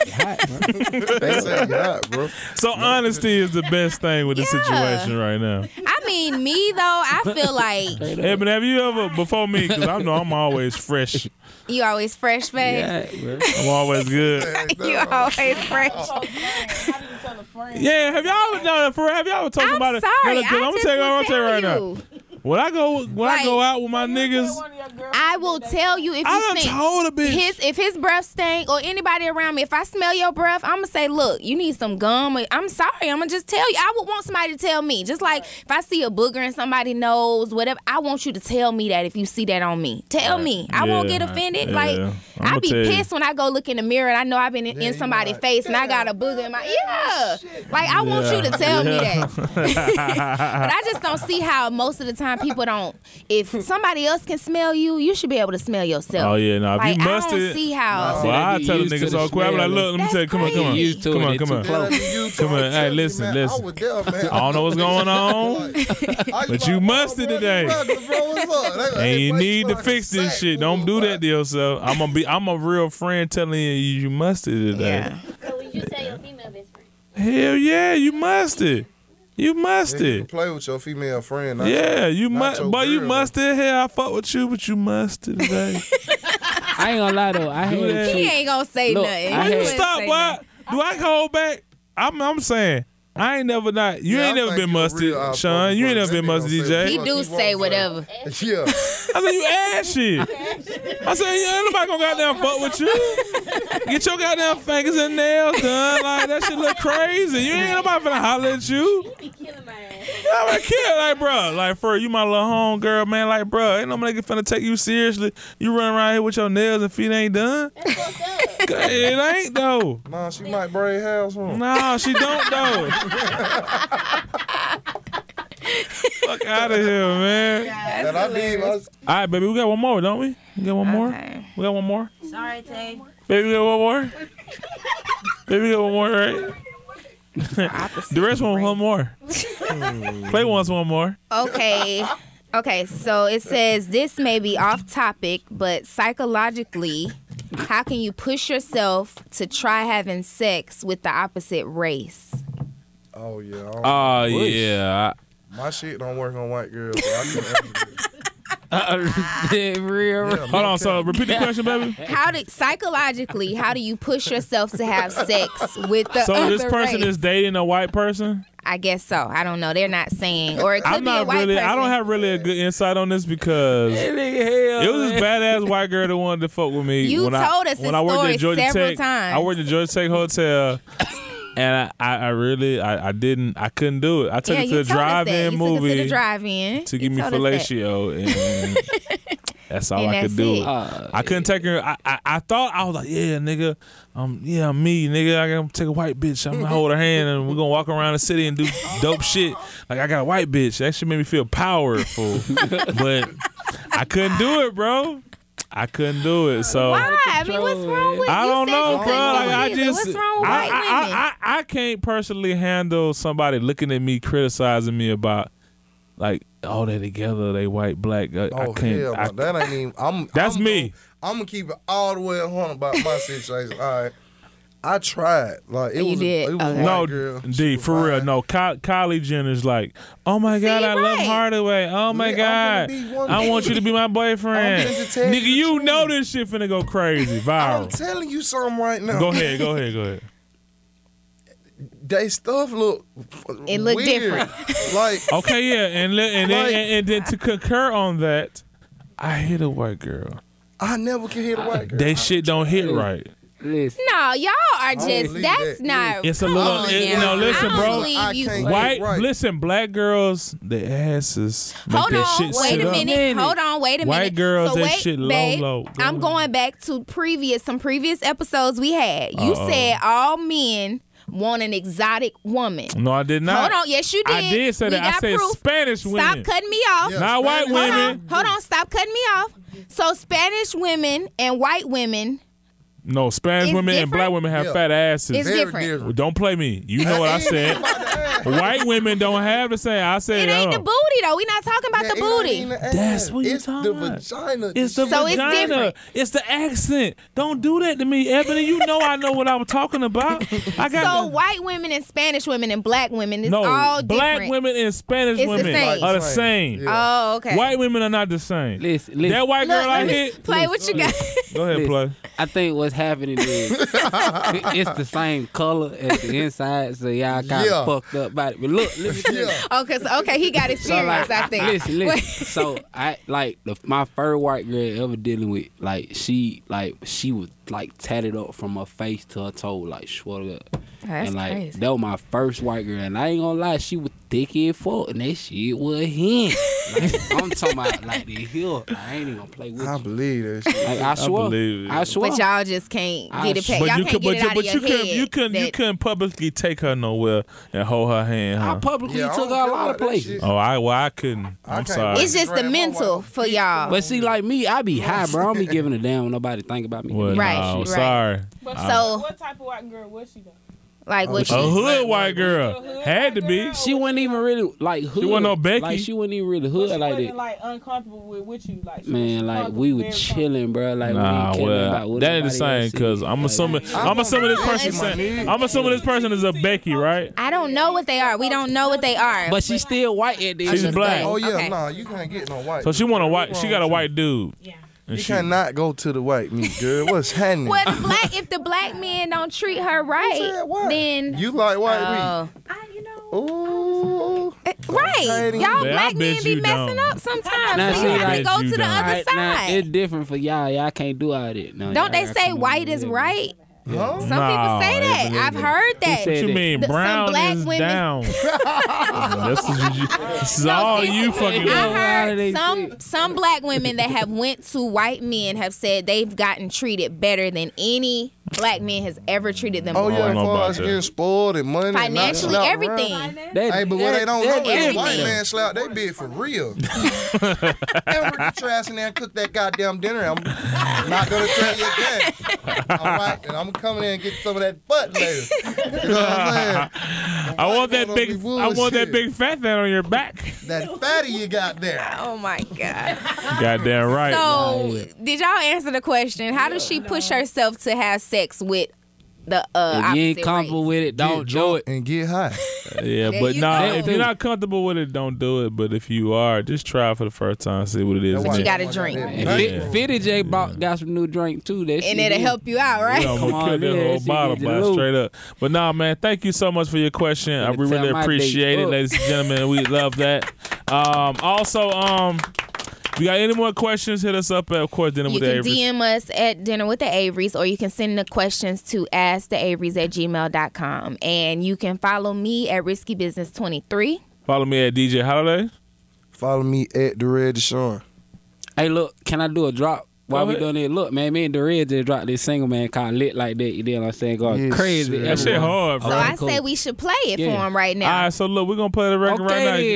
You hot, bro.
They said that, bro.
So honesty is the best thing with the situation right now.
I mean, me though, I feel like
Straight up.
Eben, have you ever before me? Because I know I'm always fresh.
you always fresh, babe.
Yeah, bro.
I'm always good.
You always fresh.
How do you tell a friend?
Yeah, have y'all no, for real, have y'all ever talked
I'm
about
sorry.
it? No, no, 'cause
I
I'm gonna
just
tell you,
will
I'm gonna tell you right now.
tell
When I go when I
Like-
go out with my
You
niggas,
tell one of your girlfriends
I will
that
tell you if you
I done
stink.
told a bitch.
His if his breath stank or anybody around me, if I smell your breath, I'ma say, look, you need some gum. or- I'm sorry, I'ma just tell you. I would want somebody to tell me. Just like if I see a booger in somebody nose, whatever, I want you to tell me that if you see that on me. Tell me. I won't
Yeah,
get offended.
yeah.
Like
I'ma
I be
tell you.
pissed when I go look in the mirror and I know I've been in,
Yeah,
in
you
somebody's
like,
face and I got a booger in my yeah. Like I want you to tell me
Yeah.
that. But I just don't see how most of the time people don't. If somebody else can smell you, you should be able to smell yourself.
Oh, yeah, nah, if
like,
you
I
mustard-
don't see how.
Nah,
well, I
they get
tell the
used to
niggas
the
so quick. I'm like,
smell.
look, let me
That's
tell you, come on, come on,
crazy.
Used to
come
it,
on,
they
come
too
on.
close.
That'd be you,
Come
bro.
on, hey,
Tell me,
listen,
man,
listen.
I was there, man.
I don't know what's going
I
on.
was like,
But you
bro,
musty
bro,
today.
bro, bro, what's up? They-
And you
they face
need to
like
fix this
sack,
shit. Don't
fool.
do that to yourself. I'm gonna be. I'm a real friend telling you you mustard today.
Yeah.
So would you tell your female best friend?
Hell yeah, you mustard. You
Yeah, you can
mustard.
play with your female friend. not
Yeah,
your-
you
not
must.
your
But you
girl.
mustard. Hell, I fuck with you, but you mustard today.
I ain't gonna lie though. I had
that.
a
He
chick.
ain't gonna say
Look,
nothing.
I
He
had-
wouldn't
Stop,
say
boy. Do I hold back? I'm. I'm saying. I ain't never not. You
Yeah,
ain't
I
never
think
been
you a
mustard,
real ass
Sean. You ain't
motherfucker.
never been
That nigga
mustard,
gonna say
nothing.
DJ.
He
Fuck,
do
he
say
won't
whatever.
Yeah.
I said you ass shit. I said yeah, ain't nobody gonna goddamn fuck with you. Get your goddamn fingers and nails done. Like that shit look crazy. You ain't nobody finna holler at you.
be killing my ass.
I would care, like, bro, like, for you, my little home girl, man, like, bro, ain't no nigga finna take you seriously. You run around here with your nails and feet ain't done.
That's fucked up.
It ain't though.
Nah, she might braid house on.
No, she don't though. Fuck out of here, man.
That I did. I was-
All right, baby, we got one more, don't we? We got one more.
Okay.
We got one more.
Sorry, Tay.
Baby, we got one more. baby, we got one more, right? The rest one, one more. Play once, one more.
Okay. Okay, so it says this may be off topic, but psychologically, how can you push yourself to try having sex with the opposite race?
Oh yeah. I don't-
Oh yeah.
my shit don't work on white girls. So I can answer this.
real, real.
Yeah,
Hold on. So repeat the question, baby.
How do psychologically, how do you push yourself to have sex with the
So
other
this person
race?
is dating a white person.
I guess so. I don't know. They're not saying, or it could
I'm
be a
not
white
really.
person.
I don't have really a good insight on this because
That nigga hell.
It was this badass white girl that wanted to fuck with me.
You
when
told
I,
us
when
this
I worked
story
at Georgia
several
Tech,
times.
I worked at Georgia Tech Hotel, and I, I, I really, I, I didn't, I couldn't do it. I took
yeah,
it
you
to a
told us that.
drive-in
You took us
movie
to the drive-in
to
You
give me
told us that.
fellatio, and that's all
And
I
that's
could do.
it.
Uh,
I couldn't take her. I, I I thought I was like, yeah, nigga, um, yeah, I'm me, nigga. I gotta take a white bitch. I'm gonna hold her hand and we're gonna walk around the city and do dope shit. Like I got a white bitch. That shit made me feel powerful, but I couldn't do it, bro. I couldn't do it. So.
Why? I mean, what's wrong with
I
you
don't
said
know,
you
bro.
couldn't do
Like, I
it.
just,
what's wrong with
I,
white
I-
women?
I, I, I can't personally handle somebody looking at me criticizing me about, like, oh, they together, they white, black. I, I
Oh
can't.
hell,
I,
no, that ain't even. I'm.
That's
I'm
me.
I'm gonna keep it all the way a hundred about my situation. All right. I tried. Like it
You
was. a-
did?
It was a
Okay.
white
No,
girl. She
D,
was
for real.
fine.
No, Ky- Kylie Jenner's like, oh my God, I love
right.
Hardaway. Oh my
Yeah,
God.
I'm finna be one
I want
day.
you to be my boyfriend.
I'm finna tell
Nigga,
you the
you
truth.
know this shit finna go crazy.
I'm
Viral.
telling you something right now.
Oh. Go ahead, go ahead, go ahead.
They stuff look.
It look
weird.
different.
Like
Okay, yeah. And, le- and, then,
Like-
and, and then to concur on that, I hit a white girl.
I never can hit a white girl.
That shit don't hit right.
listen.
No, y'all are just.
believe
That's
that.
not.
It's a
come
little-
on
it-
now.
no, listen,
I don't
bro.
believe
I
you.
can't-
White,
right.
listen, black girls, their asses make
Hold
that
on,
shit
wait
sit
a
up.
minute. Hold on, wait a
White
minute.
girls,
so
that
wait,
shit low,
babe,
low. Go
I'm
ahead.
going back to previous some previous episodes we had. You
Uh-oh.
said all men want an exotic woman.
No, I did not.
Hold on, yes you did.
I did say
we
that. I
got
said
proof.
Spanish
Stop
women.
cutting me off.
Yeah.
Not white
Spanish-
Hold
women.
on, hold on, stop cutting me off. So Spanish women and white women
No, Spanish
It's
women and
different.
black women have
Yeah.
fat asses.
It's
Very
different.
Well, don't play me. You know what I said. White women don't have the same. I said
It ain't the
uh,
booty though. We're not talking about
Yeah,
the
it ain't
booty.
even the
That's
ass.
what you
it's
talking
the
about.
vagina.
It's the
So it's
vagina.
different.
It's the accent. Don't do that to me, Ebony. You know I know what I was talking about. I got
So
the-
white women and Spanish women and black women, it's
no
all
black
different.
women and Spanish
It's the
women
same.
are the same.
Yeah.
Oh, okay.
White women are not the same.
Listen, listen.
That white
Look,
girl I
let me
hit.
play what you got.
Go ahead,
Listen.
play.
I think what's happening is it's the same color as the inside, so y'all kind of
Yeah.
fucked up about it. But look, let me tell you.
Yeah.
Okay, so Oh, okay, he got experience. I think.
Listen, listen. so I like the, my first white girl ever dealing with. Like she, like she was like tatted up from her face to her toe, like swear up.
That's
and like
crazy.
that was my first white girl, and I ain't gonna lie, she was thick as fuck, and that shit was him. Like, I'm talking about like the hill. I ain't even gonna play with
I
you.
believe that shit.
Like, I swear,
believe it.
I swear.
But y'all just can't
I
get it
sh-
past.
But
Y'all
you
can't
could,
get
but
it
you,
out
but
of your
you
head.
couldn't, you couldn't, you
that-
couldn't publicly take her nowhere and hold her hand.
I
Huh?
publicly
Yeah, I
took
don't
her a
care
lot
about
of
that
places.
shit.
Oh, I well, I couldn't.
I
I'm
can't
sorry.
wait.
It's just the
Grandma
mental
wife.
for y'all.
But see, like me, I be high, bro. I don't be giving a damn what nobody think about me.
Well,
Right,
no,
right.
sorry.
But
So-
what type of white girl was she though?
like what
Oh, A
you?
hood white girl
girl.
had to be.
She wasn't even really like hood.
wasn't no Becky.
Like she wasn't even really
But
hood
she
like
wasn't
that.
like uncomfortable with, with you, like she- she
Man, like
comfortable,
we were
very
chilling, bro. Like
Nah,
we didn't care about
well,
what
that is the
nobody
same
else said.
because I'm
Like,
assuming I'm
I'm
assuming this
not
person.
touching my
saying-
head.
I'm assuming this person is a Becky, right?
I don't know what they are. We don't know what they are.
But she's still white at the end.
She's
of the
black.
day.
Oh yeah,
Okay.
nah, you can't get no white.
So she want a white.
What's
She
wrong
got a
with
white dude.
Yeah.
And
You
she-
cannot go to the white meat, girl. What's happening?
well, the black if the black men don't treat her
said
right,
what?
then
You like white
Oh.
meat? Ooh.
Eh, right,
Katie.
y'all
Man, I
black men
bet
be
you
messing
don't.
up sometimes.
Nah,
so
see,
you have to
like-
go to
you
the
don't.
other
Alright, now,
side.
it's different for y'all. Y'all can't do all that. No, y'all
Don't they
gotta
say
come
white
up
is
with
right?
Huh?
Some people say that. I've heard that.
said-
What you
it.
mean
The- some
brown
black
is
women-
down? this is, what you, this is
No,
all
seriously.
you fucking.
I
Why do
heard
they
some some black women that have went to white men have said they've gotten treated better than any black man has ever treated them.
Oh
I
yeah,
before.
don't
as
know
far
about
as
that.
getting spoiled and money, and knocking
Financially,
out
everything.
round.
That-
Hey, but what they don't know
that-
is white
everything.
man slap they bid for real. and get your ass in there and cook that goddamn dinner. I'm not gonna tell you again. All right, and I'm coming in and get some of that butt later. You know what I'm saying?
I want that
Gonna
big.
be
I want that
bullshit.
big fat thing on your back.
That fatty you got there.
Oh my god.
Goddamn right.
So, did y'all answer the question? How does she push herself to have sex with the uh,
If you ain't
opposite
comfortable
race?
with it, don't do it.
and get high.
Yeah,
There
but
you
nah,
go.
if you're not comfortable with it, don't do it. But if you are, just try it for the first time, see what it is.
you
man.
gotta drink.
And
Hey,
Fit- Fitty J bought, got some new drink too. That shit
And it'll
good.
help you out, right?
Yeah, I'm
Come
gonna
on,
kill this
yeah,
whole
she
bottle
need to
by
lose.
straight up. But nah, man, thank you so much for your question. I
Gonna
really
tell my Oh.
appreciate
date
it,
up.
ladies and gentlemen. We love that. Um, also, um, if you got any more questions, hit us up at, of course, Dinner
You
with the
can
Avery's.
DM us at Dinner with the Averys, or you can send the questions to asktheaverys at gmail.com. And you can follow me at Risky Business 23.
Follow me at DJ Holiday.
Follow me at the Red Deshaun.
Hey, look, can I do a drop? While
Go
we
ahead.
doing it, look, man, me and Derez just dropped this single, man, called Lit Like That. You know what I'm saying? Going
Yes,
crazy.
sir.
That shit
everywhere.
hard,
So
bro.
I
cool.
say we should play it for 'em for
Yeah.
him right
All
now.
right, so look, we're gonna play the record
Okay,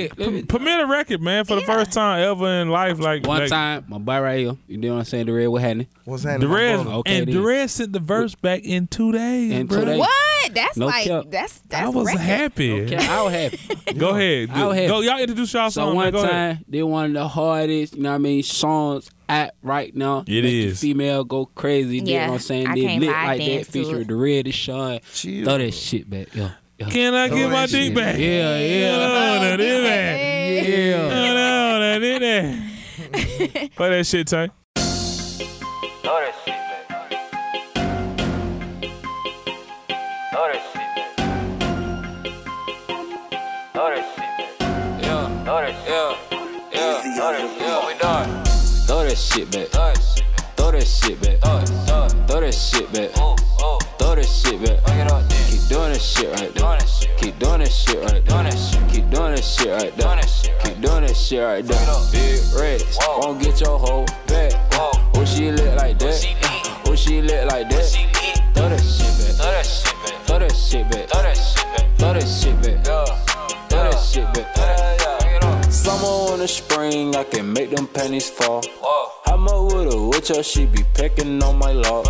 right now.
then.
P- permit a record, man, for the first time ever in life. Like
One
like,
time, my boy right here. You know what I'm saying? Derez, what happening?
What's that?
The Reds,
Okay,
and
then.
the Reds sent the verse back in two days.
In two
bro.
days.
what? That's
No
like,
cap.
that's, that's
I was
record.
happy.
Okay, I'll have it.
Go ahead.
I'll have
Go,
it.
y'all introduce y'all
So
song,
one
man. Go
time,
ahead.
they one of the hardest, you know what I mean, songs at right now.
It
Make the
is.
female go crazy. You know
Yeah,
what I'm saying?
I
They
can't
lit
lie,
like that,
dance to
featuring
it.
the red and Sean.
Chill.
Throw that shit back, yo. yo.
Can I get my
that
dick
shit.
back?
Yeah, yeah,
Oh, that is that.
Hey.
yeah.
Oh, no, that is that. Play that shit, Tank.
Yeah, yeah, yeah, yeah. We done. Throw that shit back. Throw that shit back. Throw that shit back. Throw that shit back. Keep doing that shit right there. Keep doing that shit right there. Keep doing that shit right there. Keep doing that shit right there. Big reds. Won't get your hoe back. Oh, she lit like that. Oh, she lit like that. Throw that shit back. Throw that shit back. Throw that shit back. Throw that shit back. Summer on the spring, I can make them pennies fall. I'm up with a witch, or she be pecking on my log.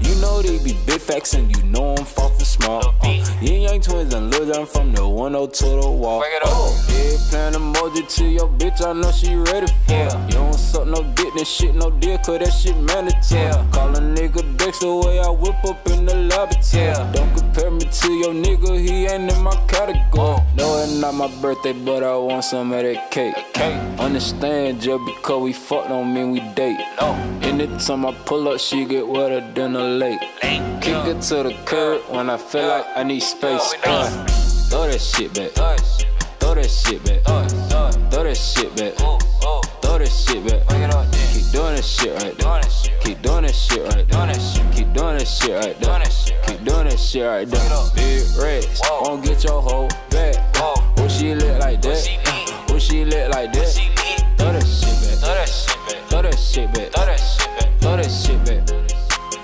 You know they be big facts, and you know I'm far from small. Uh, Yin Yang twins and Lil Jon from the 102 to the wall. Oh, yeah, plan emoji to your bitch, I know she ready for it. You don't suck no dick, then shit no deal, cause that shit mandatory. Call a nigga Dexter, way I whip up in the laboratory. Don't compare me to your nigga, he ain't in my category. No, it's not my birthday, but I want some of that cake. Understand, just because we fuck don't mean we date. No. Anytime I pull up, she get wetter than a lake. Kick it to the curb when I feel like I need space. Uh, throw that shit back. Throw that shit back. Throw that shit back. Throw that shit back. Keep doing that shit right there. Keep doing that shit right there. Keep doing that shit right there. Keep doing that shit right there. Big reds. Won't get your hoe back. What she lit like that? What she lit like that? Throw that shit back. Throw that shit back. Throw that shit back.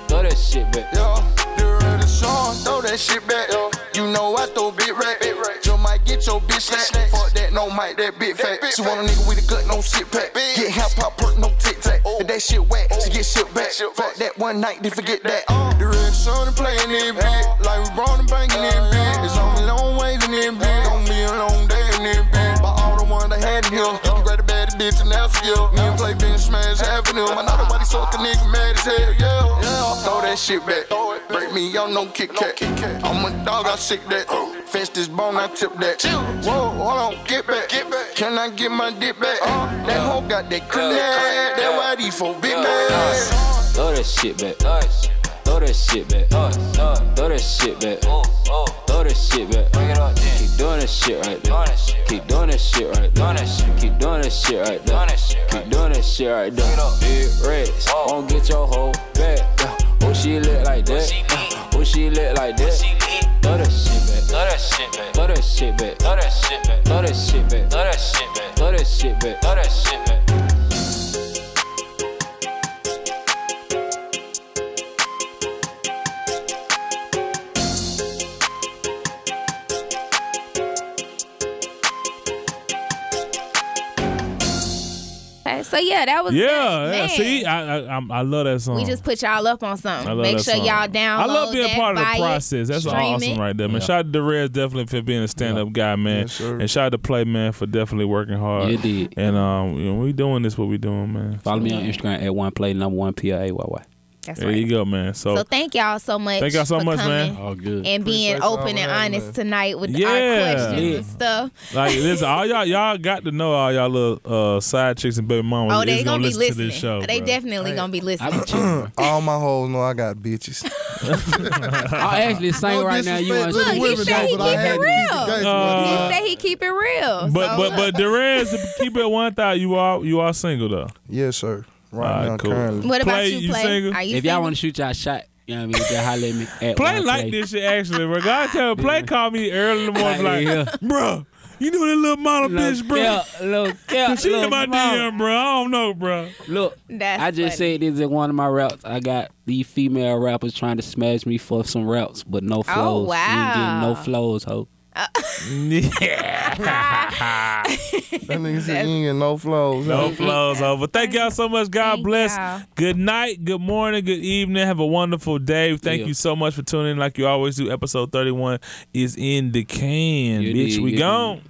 Throw that shit back.
Yo, the Red Deshaun, throw that shit back. Yo. You know I throw big rack. You might get your bitch slapped. Fuck that, no mic, that big fat. She want a nigga with a gut, no sit pack. Get hip hop, perk, no tic tac. If that shit whack, she get shit back. Fuck Oh. that one night, then forget that. The Red Deshaun playing it big. Like we brought and banging it big. It's only long ways in it big. Don't be a long day in it big. By all the ones I had in here. You can grab the bad bitch and that's you. Me and play Ben Smash Avenue. I know nobody suck a nigga mad as hell, yeah. Throw that shit back. Break me, y'all no Kit Kat. I'm a dog, I sick that. Fence this bone, I tip that. Whoa, hold on, get back. Uh, Can I get my dick back? That hoe got that clean ass. That why these four big ass.
Throw that shit back. Throw that shit back. Throw that shit back. Throw that shit back. Keep doing that shit right there. Keep doing that shit right there. Keep doing that shit right there. Keep doing that shit right there. Big reds. Won't get your hoe back. Oh, she lit like that. When she lit like this, throw that shit back.
Throw that shit back.
Throw that shit back.
Throw that shit back.
Throw that shit back.
Throw that shit back.
Throw that shit back.
Throw that shit back.
Okay, so yeah, that was
Yeah,
good.
yeah.
Man.
See, I, I I'm- I love that song.
we just put y'all up on
I
something.
love
Make
that
sure
song.
y'all download.
I love being
that,
part of
buy
the
it,
process. That's
stream
awesome
it.
right there, man.
Yeah.
Shout out to Rez definitely for being a stand up guy, man.
Yes, sir.
and shout out to Play Man for definitely working hard.
You did.
And um, you know, we doing this what we doing, man.
Follow me on Instagram at one play number one P R A Y Y.
That's
There
right.
you go, man. So,
So thank y'all so much.
Thank y'all so
for
much, man.
coming
All good.
And being
Appreciate y'all
open and
for having
honest
us.
tonight with
Yeah.
our questions and
Yeah.
stuff.
like this, all y'all y'all got to know all y'all little uh, side chicks and baby mama.
Oh,
is
they gonna, be
listen
listening.
to this show.
they
bro.
definitely gonna be
I
listening.
be chilling.
All my hoes know I got bitches.
I actually sing
No
right now. You
disrespect to the
Look,
want
he
women,
said
though,
he
but
keep
I had
it
to keep
real.
the gangster
Uh,
one.
he say he keep it real.
But
so
but but Derez, keep it one thought. You all you all single though.
Yes, sir.
All
Right
right,
now,
cool.
currently.
what about
Play,
you,
you
play?
single?
Are you
If y'all
single?
want to shoot y'all shot, you know what I mean? Just holler at me. At
Play
one
like this shit actually. Bro, God tell play call me early in the morning
Like,
like, bro, you know that little model
Look,
bitch, bro.
yeah, Look, yeah,
She
look,
in my
mama.
DM, bro. I don't know, bro.
Look,
That's
I just
funny.
said this in one of my routes. I got these female rappers trying to smash me for some routes, but no flows. You ain't getting no
Oh, wow.
flows, ho.
That nigga said you ain't getting no flows.
No flows over. Thank y'all so much. God
Thank
bless.
y'all.
Good night, good morning, good evening. Have a wonderful day. Thank
Yeah.
you so much for tuning in. Like you always do, episode 31 is in the can.
You
Bitch,
did,
we
you
gone.
did.